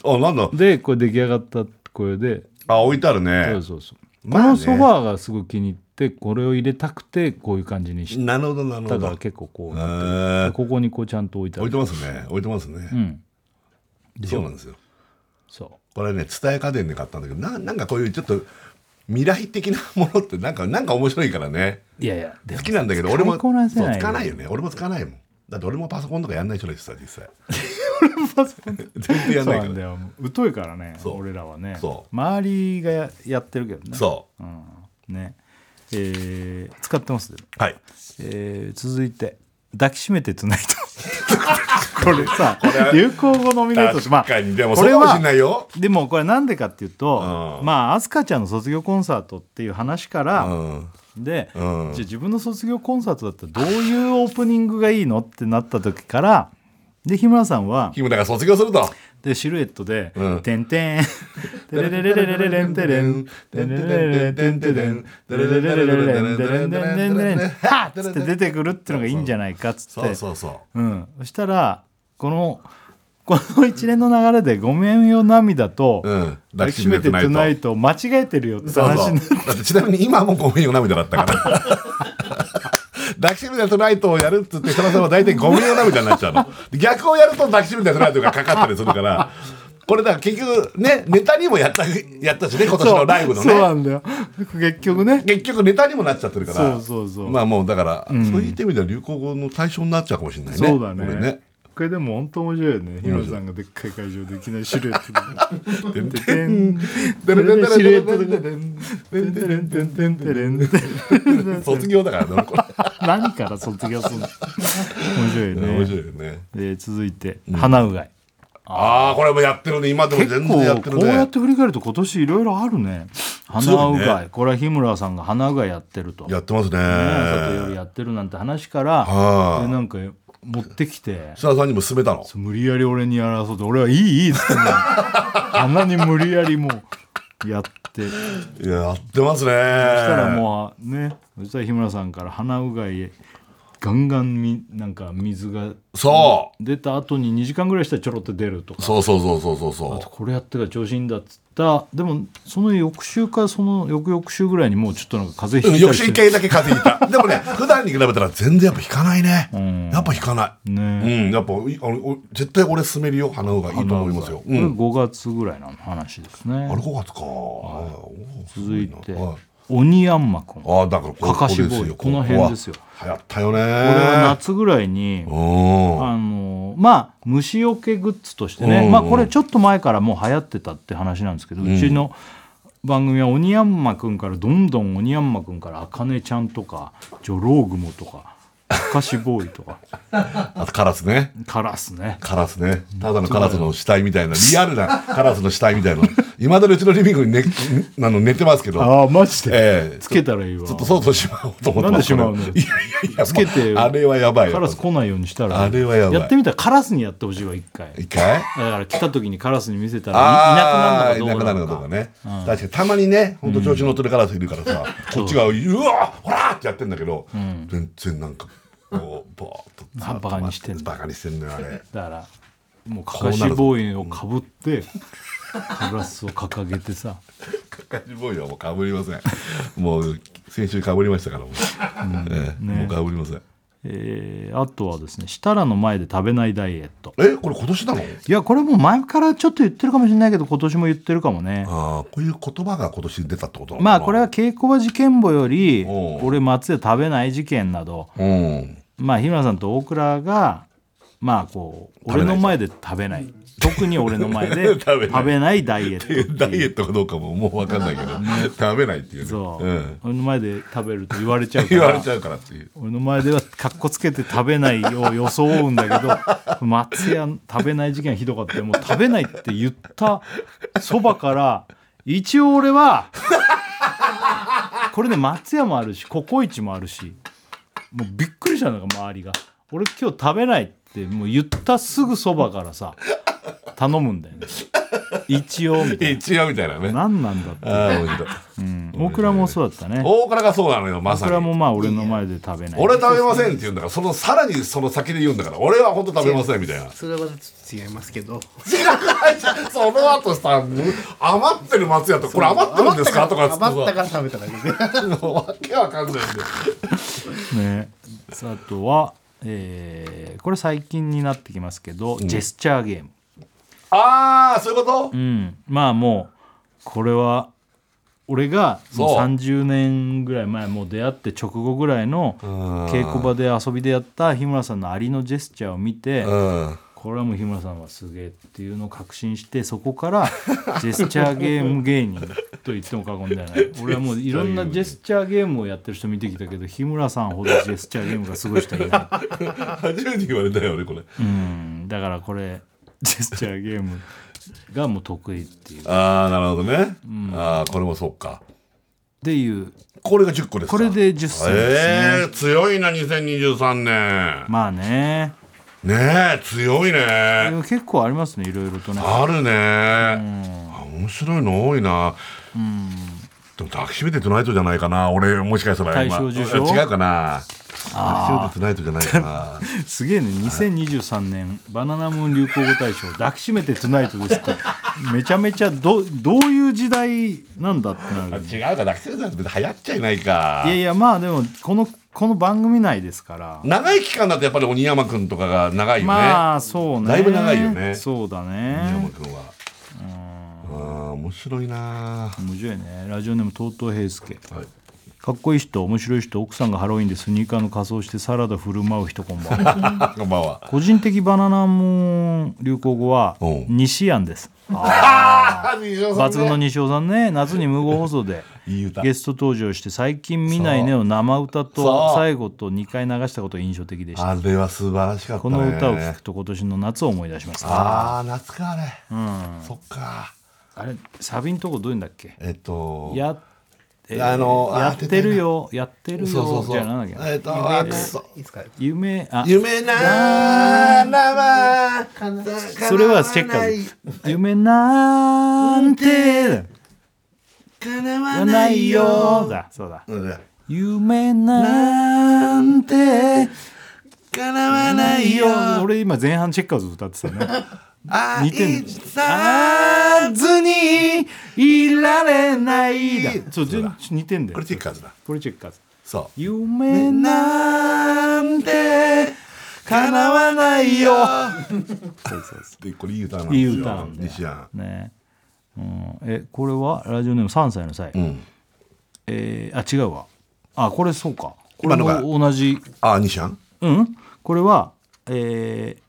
S2: あなんだ。
S1: でこれ出来上がった声で
S2: あ置いてある
S1: そう
S2: ね。
S1: そうそう、
S2: ま
S1: こ
S2: あね
S1: のソファーがすごい気に入ってこれを入れたくてこういう感じにし
S2: なるほどなる
S1: た
S2: ほ
S1: から
S2: ど。
S1: 結構こう、
S2: ええ
S1: ここにこうちゃんと置いてあ
S2: 置い
S1: る
S2: てますね置いてますね
S1: う。ん
S2: そうなんですよ。
S1: そ
S2: これね伝え家電で買ったんだけどななんかこういうちょっと未来的なものってなんかなんか面白いからね
S1: ういやいやでも
S2: 好きなんだけど俺も
S1: 使いこなせ
S2: そう
S1: ない
S2: 使わないよね俺も使わないもんだって俺もパソコンとかやんない人だしさ実際全 然やん
S1: そう
S2: ない
S1: な
S2: か
S1: んだ
S2: ら
S1: よ疎いからね
S2: そう
S1: 俺らはね
S2: そう
S1: 周りがややってるけどね、
S2: そう
S1: ん、ねえー使ってますでも
S2: うはい
S1: えー続いて抱きしめてつ ないとこれさ
S2: れ
S1: 流行語ノミネートしまあ
S2: 確かにでも
S1: こ
S2: そう
S1: れ
S2: かも
S1: は
S2: しんないよ
S1: でもこれなんでかっていうと、
S2: うん
S1: まあ飛鳥ちゃんの卒業コンサートっていう話か
S2: う
S1: ら、
S2: ん
S1: で、
S2: うん
S1: じゃあ自分の卒業コンサートだったらどういうオープニングがいいのってなった時からで日村さんは
S2: 日村が卒業すると
S1: でシルエットで
S2: う
S1: 「
S2: ん
S1: てんてん」「てれれれれれれれんてれん」「てれれれれてんてれん」「てれれれれれれんてれんてれんてれん」「はっ!」つって出てくるってのがいいんじゃないかっつって
S2: そうそうそう
S1: うん、そしたらこのこの一連の流れで「ごめんよ涙」と
S2: うん
S1: 「抱きしめててないと間違えてるよ」って
S2: そう
S1: 話
S2: そう
S1: になる
S2: だってちなみに今もごめんよ涙だったから抱きしめてトライトをやるっつって設楽さんは大体ごめんよ涙になっちゃうので逆をやると抱きしめてトライトがかかったりするからこれだから結局ねネタにもやったやったしね今年のライブの
S1: そうな
S2: ね
S1: んだよ結局ね
S2: 結局ネタにもなっちゃってるから
S1: そうそうそう
S2: まあもうだから、そういった意味では流行語の対象になっちゃうかもしれないね
S1: そうだ
S2: これ
S1: ねこれでも本当面白いよね日村さんがでっかい会場でいきなりシルエットで「てんてん」それでシルエットで「てんてれんてんてんてれん」
S2: 卒業だから ねこ
S1: 何から卒業するの面白い
S2: れ面
S1: ね
S2: 白いよね
S1: で続いて「鼻うがい」
S2: ああこれもやってるね今でも
S1: 結
S2: 全然や
S1: 構
S2: ってる
S1: こうや
S2: ね
S1: って振り返ると今年いろいろあるね鼻うがい、これは日村さんが鼻うがいやってると
S2: やってますね
S1: 里よりやってるなんて話から
S2: はい
S1: でなんか持ってきて
S2: 設楽さんにも勧めたの
S1: 無理やり俺にやらそうと俺はいいいいっつって んのに鼻に無理やりもうやって
S2: いややってま
S1: そ
S2: すねそし
S1: した
S2: た
S1: らもうねそしたら日村さんから鼻うがいへガンガンみなんか水が
S2: うそ
S1: 出た後に2時間ぐらいしたらちょろっと出るとか
S2: うそうそうそうそうそうそ
S1: あと
S2: う
S1: これやってから調子いいんだっつったでもその翌週かその翌々週ぐらいにもうちょっとなんか風邪ひいた
S2: 翌
S1: り
S2: 週
S1: し
S2: 一
S1: て
S2: 回だけ風邪ひいた でもね普段に比べたら全然やっぱ引かないね
S1: ん
S2: やっぱ引かない
S1: ね
S2: うんやっぱいあのお絶対俺勧めるよ鼻うがいいと思いますよ、
S1: こ
S2: う
S1: れ
S2: ん、
S1: 5月ぐらいの話ですね
S2: あれ5月か、はい
S1: 続いて
S2: はい
S1: 鬼ヤンマくん
S2: ああだからこ
S1: かかしボーイ
S2: ですよ
S1: この辺ですよ
S2: ここは流行ったよ
S1: こ
S2: ね
S1: れは夏ぐらいに
S2: うん
S1: あのまあ虫除けグッズとしてね、
S2: うん
S1: まあ、これちょっと前からもう流行ってたって話なんですけど、うちの番組は鬼ヤンマくんからどんどん鬼ヤンマくんからあかねちゃんとかジョロウグモとかかかしボーイと か
S2: あとカラスね
S1: カラスね
S2: カラスねただのカラスの死体みたいなリアルなカラスの死体みたいな今だにうちのリビングに寝あの寝てますけど
S1: ああマジで、
S2: ええ
S1: つけたらいいわ
S2: ちょっとそうとしまおうと思ってます
S1: なんでしまうの
S2: これいやいやいや
S1: つけてよ
S2: あれはやばいよ
S1: カラス来ないようにしたら
S2: あれはやばい
S1: ってみたらカラスにやってほしいわ一回だ
S2: 一回
S1: から来た時にカラスに見せた
S2: あ
S1: ら
S2: あ
S1: い
S2: い
S1: いな
S2: な
S1: く
S2: く
S1: な
S2: な
S1: る
S2: る
S1: の
S2: の
S1: かど
S2: と
S1: うな
S2: か
S1: のか
S2: ね、確かにたまにね本当調子乗ってるカラスいるからさ、こっちがうわほらーってやってんだけど、全然なんかこうボーっと
S1: あバカにしてんだ
S2: バカにしてんのよあれ
S1: だからもうかかしボーイをかぶってカラスを掲げてさ
S2: カジボーイはもうかぶりませんもう先週かぶりましたからもう、ええもうかぶりません
S1: えーあとはですね設楽の前で食べないダイエット
S2: えこれ今年なの
S1: いやこれもう前からちょっと言ってるかもしれないけど今年も言ってるかもね
S2: ああこういう言葉が今年出たってことなのか
S1: ま
S2: な
S1: あこれは稽古場事件簿より
S2: おう
S1: 俺松で食べない事件など
S2: うん
S1: まあ日村さんと大倉がまあこう俺の前で食べない特に俺の前で
S2: 食べな い
S1: 食べないダイエットっていう
S2: ダイエットかどうかももう分かんないけど食べないっていうね
S1: そう、
S2: うん、
S1: 俺の前で食べる と言われちゃうか
S2: 言われ
S1: ら
S2: ちゃうからっていう
S1: 俺の前ではかっこつけて食べないよう装うんだけど 松屋の食べない事件ひどかったよもう食べないって言ったそばから一応俺はこれね松屋もあるしココイチもあるしもうびっくりしたのが周りが俺今日食べないってもう言ったすぐそばからさ頼むんだよね一応みたい
S2: 一応みたいなね
S1: な何なんだって、
S2: ああ面白い
S1: うん、大倉もそうだったね
S2: 大倉がそうなのよま
S1: 大
S2: さ
S1: 倉
S2: に
S1: もまあ俺の前で食べない
S2: 俺食べませんって言うんだからそのさらにその先で言うんだから俺は本当食べませんみたいな
S3: それはまたちょっと違いますけど
S2: 違う会社その後さ余ってる松屋とこれ余ってるんですかとかっつって
S3: 余ったから食べただけで
S2: さわけわかんないんだよ
S1: ね、さああとは、えーこれ最近になってきますけど、ジェスチャーゲーム
S2: あああそういうこと
S1: う、ん、まあもうこれは俺がも
S2: そう
S1: う30年ぐらい前もう出会って直後ぐらいの稽古場で遊びでやった日村さんのアリのジェスチャーを見て、
S2: うん
S1: これはもう日村さんはすげえっていうのを確信してそこ からジェスチャーゲーム芸人と言っても過言ではない俺はもういろんなジェスチャーゲームをやってる人見てきたけど日村さんほどジェスチャーゲームがすごい人はいない
S2: 初めて言われたよ俺これ
S1: うんだからこれジェスチャーゲームがもう得意っていうっ
S2: ああなるほどね、ああこれもそっか
S1: ていう
S2: これが10個ですか
S1: これで10歳ですね、
S2: ええ強いな2023年
S1: まあね
S2: ねえ強い
S1: で
S2: ね
S1: も結構ありますねいろいろとね
S2: あるねあ面白いの多いなでも抱きしめてトゥナイトじゃないかな俺もしかしたら今
S1: 大賞受賞
S2: 違うかな抱きしめてトゥナイトじゃない かな
S1: すげえね2023年バナナムーン流行語大賞抱きしめてトゥナイトですってめちゃめちゃどどういう時代なんだってなるよね
S2: 違うか抱きしめてトゥナイト別に流行っちゃいないか
S1: いやいやまあでもこのこの番組内ですから、
S2: 長い期間だとやっぱり鬼山くんとかが長いよね、
S1: まあそうね
S2: だいぶ長いよね
S1: そうだ
S2: 鬼山
S1: ね
S2: くんはああ面白いな
S1: 面白いねラジオネームとうとう平介
S2: はい
S1: かっこいい人面白い人奥さんがハロウィンでスニーカーの仮装してサラダ振る舞う人こんばんは
S2: あこんばんは
S1: 個人的バナナも流行語は
S2: うん
S1: 西安です
S2: あ西尾さん
S1: 抜
S2: ね
S1: 群の西尾さんね夏に無言放送で
S2: いい歌
S1: ゲスト登場して「最近見ないね」を生歌
S2: そう
S1: と最後と2回流したことが印象的でした
S2: あれは素晴らしかった
S1: こ
S2: ね
S1: の歌を聴くと今年の夏を思い出しますあ
S2: ああ夏かあれ、そっか
S1: れサビんとこどういうんだっけ
S2: えっと
S1: や,えー、
S2: あのあ
S1: や
S2: ー
S1: ってるよやってるよ
S2: そうそうそう
S1: じゃあなんだっけな
S2: えっとあくそ
S3: いつから
S1: 夢あ
S2: 夢ならば
S3: かな
S1: それはチェッカーズ夢なんて
S2: 叶
S1: は
S2: わな
S1: ないい
S2: よ
S1: よだそうだ
S2: うんだ
S1: 夢なん
S2: なんて叶わないよ
S1: 俺今前半チェッカーズ歌ってたね
S2: 愛
S1: 似てんの
S2: さずに
S1: いられないだそう全然似てんだよ
S2: これチェッカーズだ
S1: これチェッカーズ
S2: そ
S1: 夢
S2: う
S1: な
S2: なんて叶わな いよそうそうそうこれいい歌なんですよ
S1: いい歌なんだよ
S2: 西安
S1: ねうん、えこれはラジオネーム3歳の際、
S2: うん
S1: えーあ違うわあこれそうかこれ
S2: 今のが
S1: も同じ
S2: あ西安
S1: うんこれはえー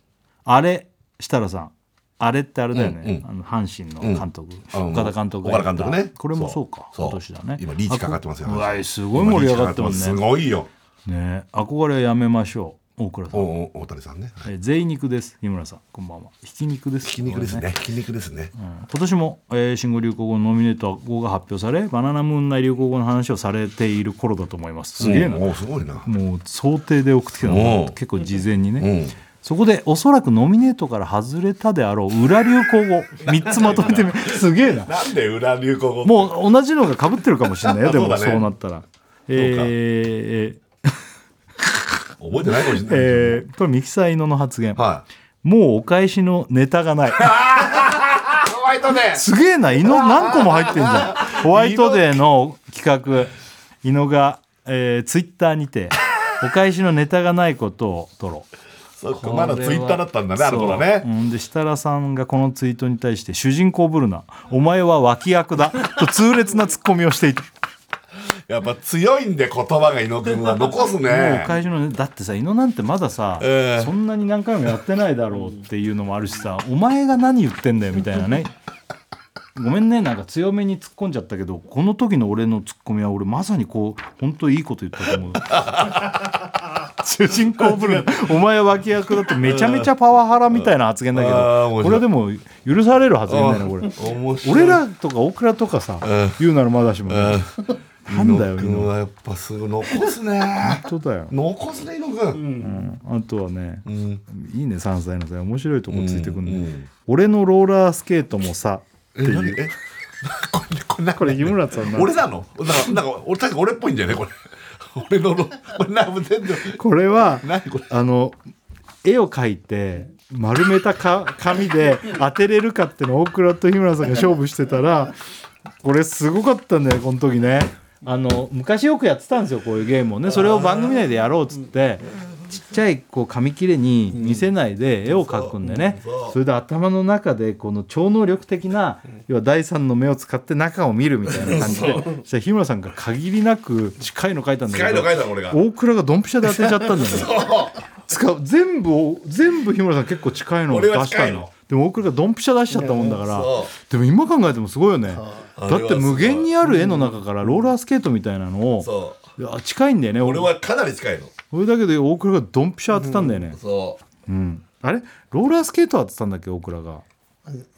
S1: あれ設楽さんあれってあれだよね、
S2: うん
S1: あの阪神の監督、
S2: あの
S1: 岡田監督が
S2: 岡田監督ね
S1: これもそうか今年だね
S2: 今リーチかかってますよ
S1: あこうわいすごい盛り上がってます
S2: す
S1: ね
S2: ごいよ
S1: ね憧れはやめましょう大倉さん、
S2: おお大谷さんね
S1: えー、贅肉です日村さんこんばんはひき肉です
S2: ひき肉ですねひき肉ですね
S1: 今年も、えー新語・流行語のノミネート語が発表されバナナムーン内流行語の話をされている頃だと思いますすげえな、
S2: おすごいな
S1: もう想定で送ってきたの
S2: うん
S1: 結構事前にね、
S2: うん
S1: そこでおそらくノミネートから外れたであろう裏流行語3つまとめ てみすげえな
S2: なんで裏流行語う
S1: もう同じのがかぶってるかもしれないよで
S2: そうだ
S1: も
S2: ね
S1: そうなったら、えー
S2: 覚えてないかもしれない
S1: えーこれミキサーイノの発言、
S2: はい
S1: もうお返しのネタが ない
S2: あホワイトデー
S1: すげえなイノ何個も入ってんじゃ んホワイトデーの企画イノが、えー、ツイッターにてお返しのネタがないことを取ろう
S2: そっかまだツイッターだったんだねあの頃
S1: そう
S2: ね
S1: うん、で設楽さんがこのツイートに対して「主人公ぶるなお前は脇役だ」と痛烈なツッコミをしていて
S2: やっぱ強いんで言葉が伊野くんは残す
S1: もう
S2: ね
S1: 会場のねだってさ伊野なんてまださ、
S2: ええ
S1: そんなに何回もやってないだろうっていうのもあるしさお前が何言ってんだよみたい なねごめんねなんか強めに突っ込んじゃったけどこの時の俺のツッコミは俺まさにこう本当いいこと言った と思う主人公ぶるお前は脇役だってめちゃめちゃパワハラみたいな発言だけ
S2: あー
S1: ど
S2: 面白い
S1: これでも許される発言だよねこれ
S2: 面白い
S1: 俺らとか大倉とかさ
S2: ん
S1: 言うならまだしも
S2: う
S1: ね
S2: ん
S1: なんだよ
S2: 伊野くんはやっぱすごい残すね
S1: 本当だよ
S2: 残すね伊野くん
S1: あとはね
S2: うん
S1: いいね3歳のさ面白いとこついてくるね、
S2: うんうん
S1: 俺のローラースケートもさ
S2: え何え これこれ何
S1: これ湯村さんな
S2: 俺なのなんかなんか俺確か俺っぽいんだよねこれ 俺のロこれなんか全部
S1: これは
S2: 何これ
S1: あの絵を描いて丸めたか紙で当てれるかってのを大倉と日村さんが勝負してたらこれすごかったんだよこの時ねあの昔よくやってたんですよこういうゲームをねそれを番組内でやろうっつってちっちゃいこう紙切れに見せないで絵を描くんでね、
S2: そうそう
S1: それで頭の中でこの超能力的な要は第三の目を使って中を見るみたいな感じでそしたら日村さんが限りなく近いの描いたんだ
S2: 近
S1: け
S2: いの
S1: ど
S2: 書いたの俺が
S1: 大倉がドンピシャで当てちゃった んだよね。使う全部を全部日村さん結構近いのを出
S2: 俺
S1: した
S2: は
S1: の
S2: 近いの
S1: でも大倉がドンピシャ出しちゃったもんだから
S2: そ
S1: でも今考えてもすごいよね
S2: あ
S1: だって無限にある絵の中からローラースケートみたいなのを
S2: そ
S1: いや近いんだよね
S2: う俺はかなり近いの
S1: 俺だけど大倉がドンピシャ当てたんだよね、
S2: そ
S1: うんあれローラースケート当てたんだっけ大倉が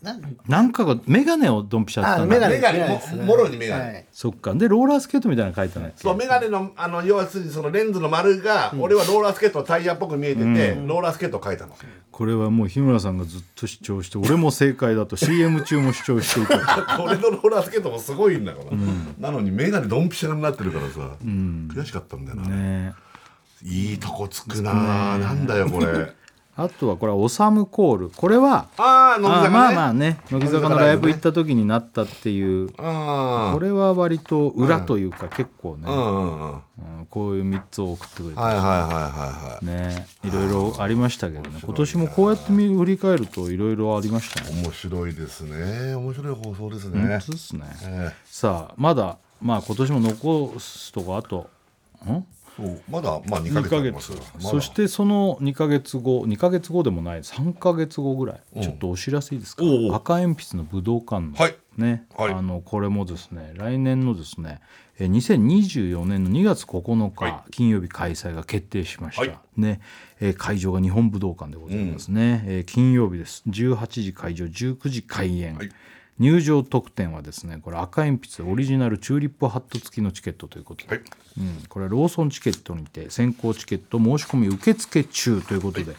S3: なん
S1: なんかが眼鏡をドンピシャ当てた
S3: あ
S1: んだ
S3: メガ
S1: よね
S3: ネ
S2: メガネ
S3: メガネですね
S2: ももろにメガネ
S3: はい
S1: そっかでローラースケートみたいなの書いてない
S2: そうメガネのあの要はそのレンズの丸が、俺はローラースケートのタイヤっぽく見えてて、ローラースケートを描いたの、
S1: これはもう日村さんがずっと主張して俺も正解だと CM 中も主張していた
S2: 俺のローラースケートもすごいんだから、なのにメガネドンピシャになってるからさ、悔しかったんだよな、
S1: ね
S2: いいとこつくな、なんだよ これ
S1: あとはこれは「オサムコール」これは
S2: ああ飲ん
S1: あ
S2: だ
S1: ーまあ
S2: ね
S1: まあね乃木坂のライブ行った時になったっていう
S2: あ
S1: これは割と裏というか結構
S2: う
S1: ね、
S2: んうんうんはい
S1: うんこういう3つを送ってくれて
S2: はいはいはいはい
S1: ねいろいろありましたけどね今年もこうやって見振り返るといろいろありましたね
S2: 面白いですね面白い放送ですね
S1: 本当ですね
S2: え
S1: さあまだまあ今年も残すとこあとん
S2: えそうまだまあ2
S1: 2ヶ
S2: ヶ月あります
S1: 月
S2: からまだ
S1: そしてその2ヶ月後2ヶ月後でもない3ヶ月後ぐらい、ちょっとお知らせいいですか
S2: おうおう
S1: 赤鉛筆の武道館の、
S2: はい
S1: ね、
S2: はい
S1: あのこれもですね来年のですねえー2024年の2月9日、
S2: は
S1: 金曜日開催が決定しました、
S2: はい
S1: ねえー会場が日本武道館でございますね、えー金曜日です18時会場19時開演、
S2: はい
S1: 入場特典はですねこれ赤鉛筆オリジナルチューリップハット付きのチケットということで、
S2: はい
S1: うん、これはローソンチケットにて先行チケット申し込み受付中ということで、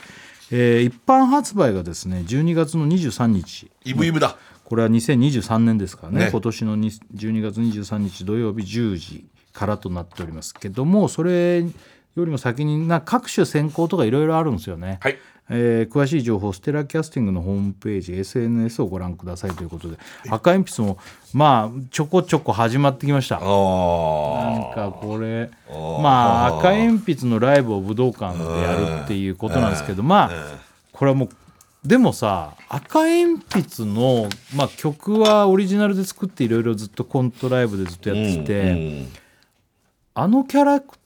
S1: えー一般発売がですね12月の23日
S2: イブイブだ
S1: これは2023年ですからね
S2: ね
S1: 今年のに12月23日土曜日10時からとなっておりますけどもそれよりも先にな各種選考とかいろいろあるんですよね。
S2: はい
S1: えー詳しい情報ステラキャスティングのホームページ SNS をご覧くださいということで赤鉛筆もまあちょこちょこ始まってきました。
S2: ああ
S1: なんかこれ
S2: ー
S1: まあ赤鉛筆のライブを武道館でやるっていうことなんですけどまあこれはもうでもさ赤鉛筆の、まあ、曲はオリジナルで作っていろいろずっとコントライブでずっとやってきて、あのキャラクター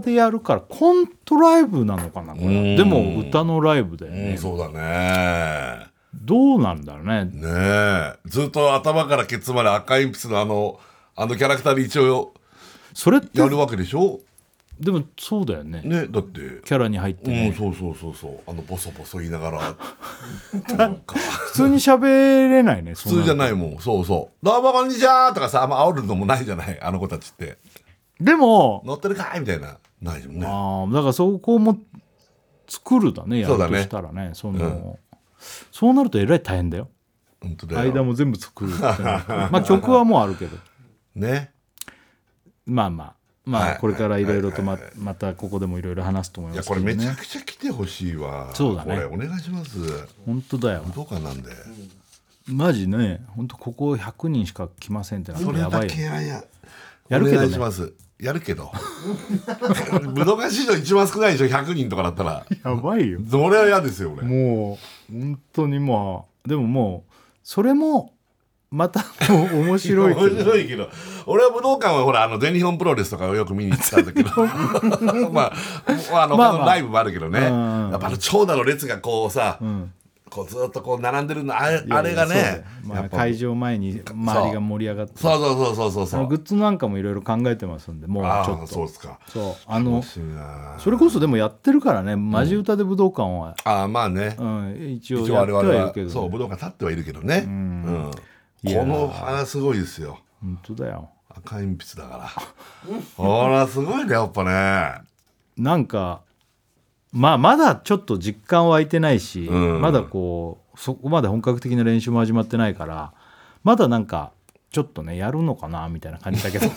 S1: でやるからコントライブなのかなこれは、
S2: うん
S1: でも歌のライブだよ
S2: うん、う
S1: ね
S2: ん、、そうだね
S1: どうなんだろうね
S2: ねえずっと頭からケツまで赤鉛筆のあのあのキャラクターで一応
S1: それって
S2: やるわけでしょ
S1: でもそうだよね
S2: ねだって
S1: キャラに入って
S2: う
S1: ね、
S2: んそうそうそうそうあのボソボソ言いなが ら
S1: 普通に喋れないね普
S2: 普通じゃ
S1: い
S2: ないもんそうそう「どうもこんにちは」とかさあんま煽るのもないじゃないあの子たちって
S1: でも
S2: 「乗ってるかい?」みたいなないもんね
S1: ああだからそこも作るだねや
S2: そ
S1: る
S2: うだ
S1: と
S2: ね
S1: したらねその、そうなるとえらい大変だよ
S2: 本当だよ
S1: 間も全部作るってなる まあ曲はもうあるけど
S2: ね
S1: まあまあま
S2: は
S1: あ
S2: い
S1: これからいろいろとままたここでもいろいろ話すと思い
S2: い
S1: ま
S2: や
S1: すけ
S2: こ
S1: ど
S2: れめち
S1: ね
S2: ゃくちゃ来てほしいわ
S1: そうだね
S2: これお願いします
S1: 本当だよ
S2: どうかなんで
S1: マジね本当ここ100人しか来ませんってなっ
S2: そ
S1: た
S2: れ
S1: らやば
S2: だ
S1: いよ
S2: けはや
S1: やるけどね
S2: お願いしますやるけど 武道館史上一番少ないでしょ100人とかだったら
S1: やばいよ
S2: それは嫌ですよ俺
S1: もう本当にまあでももうそれもまたもう面白いけど
S2: 面白いけど俺は武道館はほらあの全日本プロレスとかをよく見に行ってた んだけど まああの、
S1: まあまあ
S2: 他のライブもあるけどね、
S1: うん
S2: やっぱあの長蛇の列がこうさ、
S1: ん
S2: こうずっとこう並んでるのあれ
S1: いやいや
S2: あれが
S1: そうだ
S2: ね
S1: よま
S2: や
S1: あ、
S2: っぱ
S1: 会場前に周りが盛り上がって
S2: そうそうそうそうそう
S1: そ
S2: そ
S1: の
S2: う
S1: グッズなんかもいろいろ考えてますんでもう
S2: あ
S1: ちょっと
S2: あそうですか
S1: そうあの
S2: 楽しみな
S1: それこそでもやってるからねマジ歌で武道館は、
S2: ああまあね、
S1: うん、一応
S2: 一応
S1: やっ
S2: 我
S1: て
S2: 々
S1: はい
S2: は
S1: るけど、
S2: そう武道館立ってはいるけどね、うん
S1: いや
S2: この花すごいですよ
S1: 本当だよ
S2: 赤鉛筆だからほらすごいねやっぱね
S1: なんかまあまだちょっと実感湧いてないし、
S2: うん
S1: まだこうそこまで本格的な練習も始まってないからまだなんかちょっとねやるのかなみたいな感じだけ ど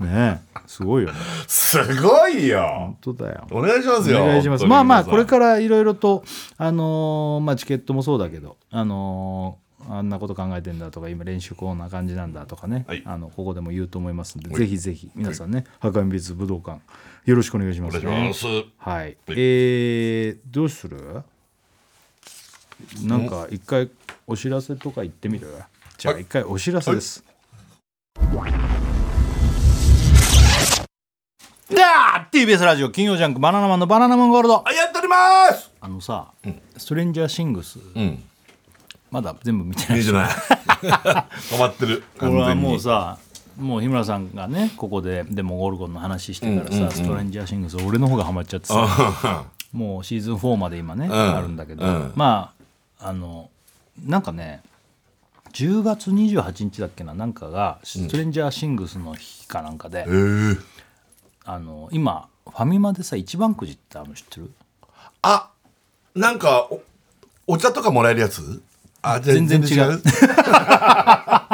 S1: ねえすごいよね
S2: すごいよ
S1: 本当だよ
S2: お願いしますよ
S1: お願いします。
S2: 本当に
S1: まあまあ、こ
S2: 皆
S1: れ
S2: さ
S1: か
S2: ん
S1: らいろいろと、あのーまあ、チケットもそうだけど、あのーあんなこと考えてんだとか今練習こんな感じなんだとかね、
S2: はい
S1: あのここでも言うと思いますんで、ぜひぜひ皆さんね、博多美術武道館よろしくお願いします、ね。
S2: お願いします
S1: はい。えー、どうする？なんか一回お知らせとか言ってみる？じゃあ
S2: はい
S1: 一回お知らせです。だあ TBS ラジオ金曜ジャンク「バナナマンのバナナマンゴールド
S2: あやっております。」
S1: あのさ、ストレンジャーシングス
S2: うん。
S1: まだ全部見てない
S2: いいじ ゃない。止まってる。
S1: これは
S2: 完全に
S1: もうさもう日村さんがねここででもゴルゴンの話してからさ、ストレンジャーシングス俺の方がハマっちゃってさもうシーズン4まで今ね、あるんだけど、
S2: うん
S1: まああのなんかね10月28日だっけななんかがストレンジャーシングスの日かなんかで、
S2: えー、
S1: あの今ファミマでさ一番くじってあるの知ってる
S2: あ、なんかおお茶とかもらえるやつ？あ、
S1: 全然違う。
S2: あ、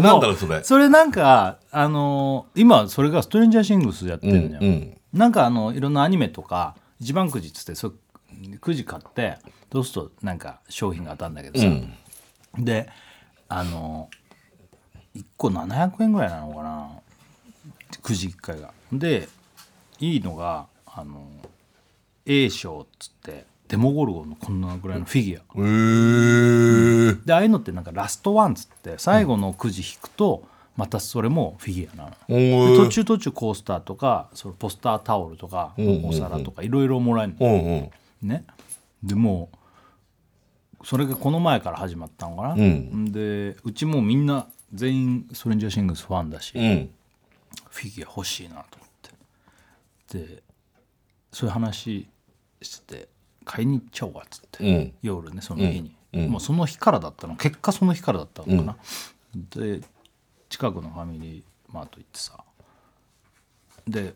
S2: なんだろうそれ。
S1: それなんかあの今それがストレンジャーシングスやってるのよ、
S2: うん。
S1: なんかあのいろんなアニメとか一番くじっつってそくじ買ってそうするとなんか商品が当たるんだけどさ、であの1個700円ぐらいなのかなくじ1回が。でいいのがあの A 賞っつってデモゴルゴンのこんなぐらいのフィギュア。
S2: えー、
S1: でああいうのってなんかラストワンっつって最後のくじ引くとまたそれもフィギュアなの。
S2: お
S1: で
S2: ー
S1: 途中途中コースターとかそのポスタータオルとか
S2: んうん
S1: お皿とかいろいろもらえるの
S2: うんうん。
S1: ねでもうそれがこの前から始まったのかな、
S2: ん
S1: でうちもうみんな全員ストレンジャーシングスファンだし、
S2: うん。
S1: フィギュア欲しいなと思ってでそういう話してて買いに行っちゃおうかっつって、
S2: うん
S1: 夜ねその日に、もうその日からだったの結果その日からだったのかな、で近くのファミリーマート行ってさで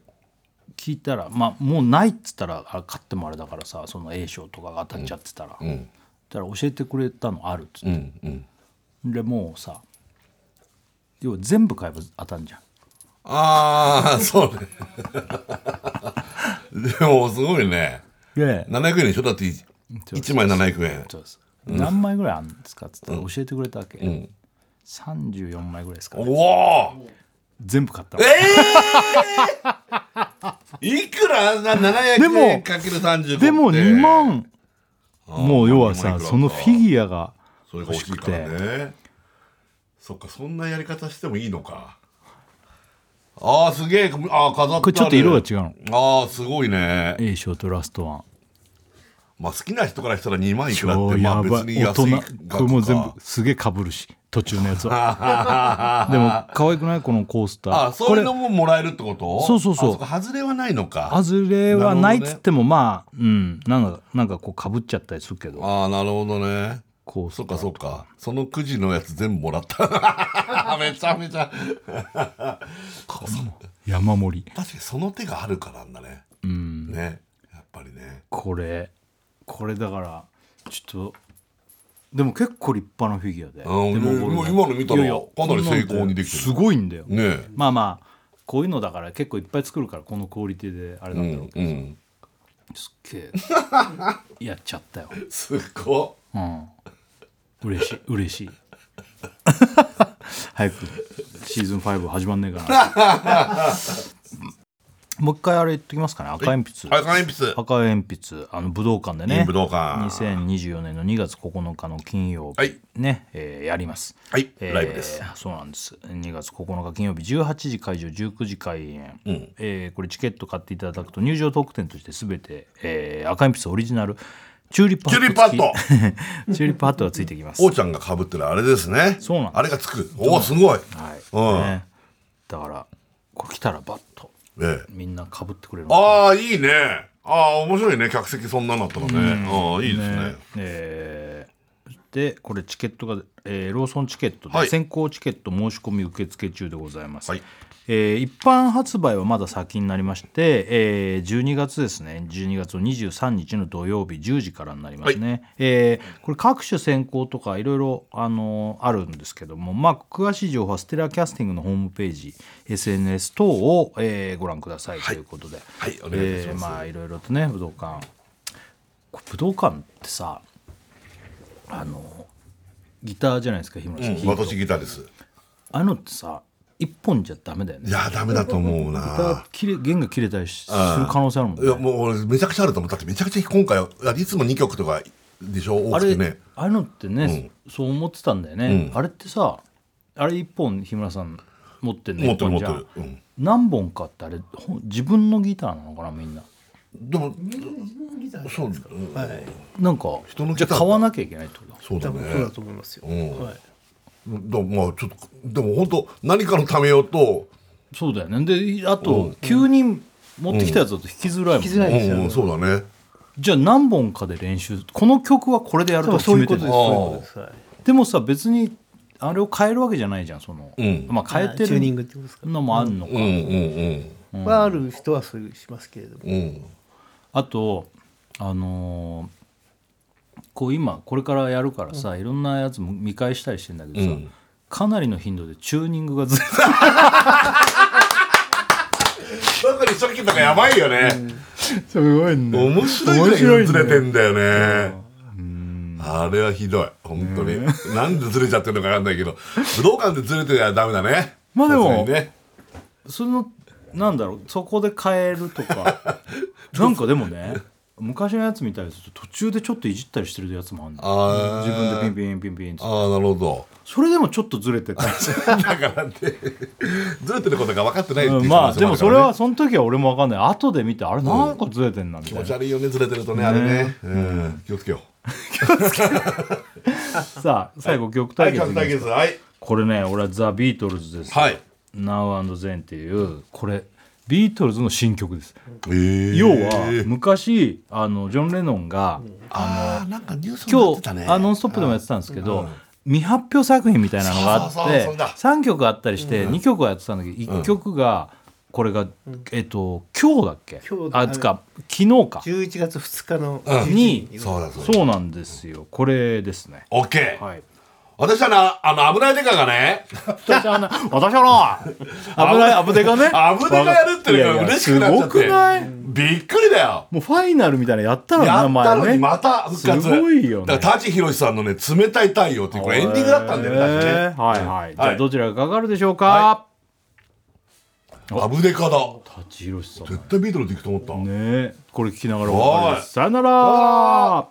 S1: 聞いたら、まあ、もうないっつったらあ買ってもあれだからさその A 賞とかが当たっちゃってたら、だから教えてくれたのあるっつって
S2: うんうん。
S1: でもうさ要は全部買えば当たんじゃん
S2: ああ、そうね。 でもすごいね。
S1: で
S2: 700円でしょだってい一枚700円。
S1: そうです何枚ぐらいあるんですかっつったら教えてくれたわけ、34枚ぐらいですか、ね、
S2: おお。
S1: 全部買った
S2: いくらな
S1: で
S2: 700円
S1: も
S2: かける35
S1: でも
S2: って
S1: 2万もう要は
S2: 二万
S1: さ
S2: いくらか
S1: そのフィギュアが
S2: それが欲しいからねそっかそんなやり方してもいいのかああすげえああ飾ってある
S1: これちょっと色が違うの
S2: ああすごいね
S1: A 賞とラストワン
S2: まあ好きな人からしたら2万いくらって
S1: 超
S2: まあ
S1: や
S2: 別
S1: ばい
S2: に
S1: 大
S2: 安い
S1: 人
S2: 額か
S1: これもう 全部すげえかぶるし途中のやつはでも可愛くないこのコースター
S2: ああそういうのももらえるってこと
S1: そうそうそう
S2: あっか外れはないのか
S1: ハズレはないっ
S2: なるほどね
S1: つってもまあ、うんなんかなんかこうかぶっちゃったりするけど
S2: ああなるほどね
S1: コース
S2: そっかそっかそのくじのやつ全部もらった めちゃめちゃ
S1: 山盛り
S2: 確かにその手があるからなんだね。ね。やっぱりね。
S1: これこれだからちょっとでも結構立派なフィギュアで、
S2: うん
S1: で
S2: もう
S1: 俺
S2: 今の見たら
S1: いやいや
S2: かなり成功にできてる
S1: すごいんだよ、
S2: ね
S1: まあまあこういうのだから結構いっぱい作るからこのクオリティであれなんだろうけ
S2: え。うん。
S1: ど、すっげえやっちゃったよ
S2: すっご
S1: うん嬉しい嬉しい 早くシーズン5始まんねえかな もう一回あれ言っときますかね赤鉛筆
S2: い。赤鉛筆。
S1: 赤鉛筆あの武道館でね
S2: ね武道館
S1: 2024年の2月9日の金曜日、
S2: はい
S1: ね、えーやります
S2: はい
S1: えー
S2: ライブです
S1: そうなんです2月9日金曜日18時会場19時開演、えーこれチケット買っていただくと入場特典として全て、えー赤鉛筆オリジナルチューリップハット付き
S2: チューリップ
S1: チューリップハットがついてきます
S2: おうちゃんが被ってるあれですね。
S1: そうなんです
S2: あれがつく。おお、すご
S1: は
S2: い。
S1: い
S2: うん。
S1: ね、だからこれ来たらバッと
S2: ええ。
S1: みんなかぶってくれる
S2: ああ、いいね。ああ、面白いね。客席そんなのあったらね。ああ、いいですね。
S1: えーでこれチケットが、えーローソンチケットで、
S2: はい
S1: 先行チケット申し込み受付中でございます、
S2: はい
S1: えー一般発売はまだ先になりまして、えー12月ですね12月の23日の土曜日10時からになりますね、えーこれ各種選考とかいろいろあのーあるんですけども、まあ、詳しい情報はステラキャスティングのホームページ SNS 等を、えーご覧くださいということで、
S2: はいお願いいたしま
S1: え
S2: す
S1: ーまあいろいろとね武道館これ武道館ってさあのギターじゃないですか日村さん、
S2: うん、私ギターです
S1: ああいうのってさ一本じゃダメだよね
S2: い
S1: ギ
S2: やダメだと 思う
S1: タ
S2: な
S1: ー切れ弦が切れたりしする
S2: ああ
S1: 可能性あるもん
S2: いや
S1: ね
S2: もう俺めちゃくちゃあると思うだってめちゃくちゃ今回いつも2曲とかでしょ多
S1: あ
S2: くて
S1: れ、
S2: ね
S1: ああいうのってね、そう思ってたんだよね、
S2: うん
S1: あれってさあれ一本日村さん持ってんの
S2: 持っ
S1: 一
S2: てる
S1: 本
S2: 持っ
S1: じ
S2: て
S1: ゃん
S2: る、うん、
S1: 何本かってあれほん自分のギターなのかなみんな
S2: でも
S3: ギター
S2: そう
S3: はい
S1: なんか
S2: 人のギ
S1: じゃ
S2: ター
S1: あ買わなきゃいけないってこと
S2: そうだ
S3: 多
S2: ね
S3: 分そうだと思いますよ、
S2: うん
S3: はい
S2: だまあちょっとでも本当何かのためようと、
S1: そうだよねであと急に持ってきたやつだと弾きづらいもん、ね
S3: 弾きづら
S2: う
S3: いですよ
S2: んうん、そうだね
S1: じゃあ何本かで練習この曲はこれでやる
S3: 多
S1: と
S3: 分
S1: 決
S3: そうい
S1: めて
S3: う
S1: るで
S3: ことですす
S2: あー
S3: そういうことですはい
S1: もさ別にあれを変えるわけじゃないじゃんその、
S2: うん
S1: まあ変えて
S3: チューニング
S1: る
S3: ってことですか、
S1: のもあるのか、
S2: うんうん
S3: はある人はそういうしますけれども
S2: うんうん
S1: あとあのーこう今これからやるからさ、いろんなやつも見返したりしてんだけどさ、
S2: うん
S1: かなりの頻度でチューニングがずれて
S2: 特に初期とかやばいよね、
S1: すごいん
S2: 面白いぐらいずれてんだよね、あれはひどい本当に、なんでずれちゃってるのか分かんないけど武道館でずれてりゃダメだね
S1: まあでも
S2: さすがにね
S1: そのなんだろうそこで変えると かなんかでもね昔のやつみたいですと途中でちょっといじったりしてるやつもあるの
S2: あー
S1: 自分でピンピンピンピンって
S2: ああなるほど
S1: それでもちょっとずれてた
S2: だからってずれてることが分かってないっていう
S1: うん
S2: 可能性も
S1: ま
S2: あ
S1: あ
S2: るからね
S1: でもそれはその時は俺も分かんない後で見てあれなんかずれてんなみ
S2: 気
S1: た
S2: 持
S1: い
S2: ち
S1: な、
S2: 悪いよねずれてるとねあれね、うん、気をつけよう
S1: さあ最後曲
S2: は
S1: 対
S2: い
S1: 決いき
S2: 拡
S1: ます
S2: 大決はい
S1: これね俺はザ・ビートルズです、
S2: はい
S1: Now and Then っていうこれビートルズの新曲です、
S2: えー
S1: 要は昔あのジョン・レノンが、
S2: ああなんかニュースになっ
S1: 今
S2: て
S1: 日
S2: たね
S1: 「あノンストップ!」でもやってたんですけど、未発表作品みたいなのがあ
S2: そうそう
S1: っ
S2: そう
S1: て
S2: そうだ
S1: 3曲あったりして2曲はやってたんだけど1曲がこれがえっと今日だっけ
S3: 今日だ
S1: あつか昨日か
S3: 11月2日の
S2: うん
S3: 11
S1: に
S2: そうだそうだ
S1: そうなんですよこれですね
S2: オッケー、
S1: はい
S2: 私はなあの危ないデカがね
S1: 私はな 私はな危ない危でがね
S2: 危でがやるっていう
S1: いやい
S2: のが
S1: や
S2: 嬉しくなっちゃって
S1: すごくない
S2: びっくりだよ
S1: もうファイナルみたいなのやったの
S2: や
S1: 名
S2: った
S1: 前
S2: の
S1: ね
S2: にまた復活
S1: すごいよね
S2: だから舘ひろしさんのね「冷たい太陽」っていうこれエンディングだったんだよね確
S1: へ
S2: か
S1: ーはいはいじ
S2: は
S1: ゃあ
S2: い
S1: どちらがかかるでしょう
S2: は
S1: か
S2: ね危でかだ
S1: 舘ひろしさん
S2: 絶対ビートルズいくと思った、
S1: ねえこれ聞きながらお別れですさよなら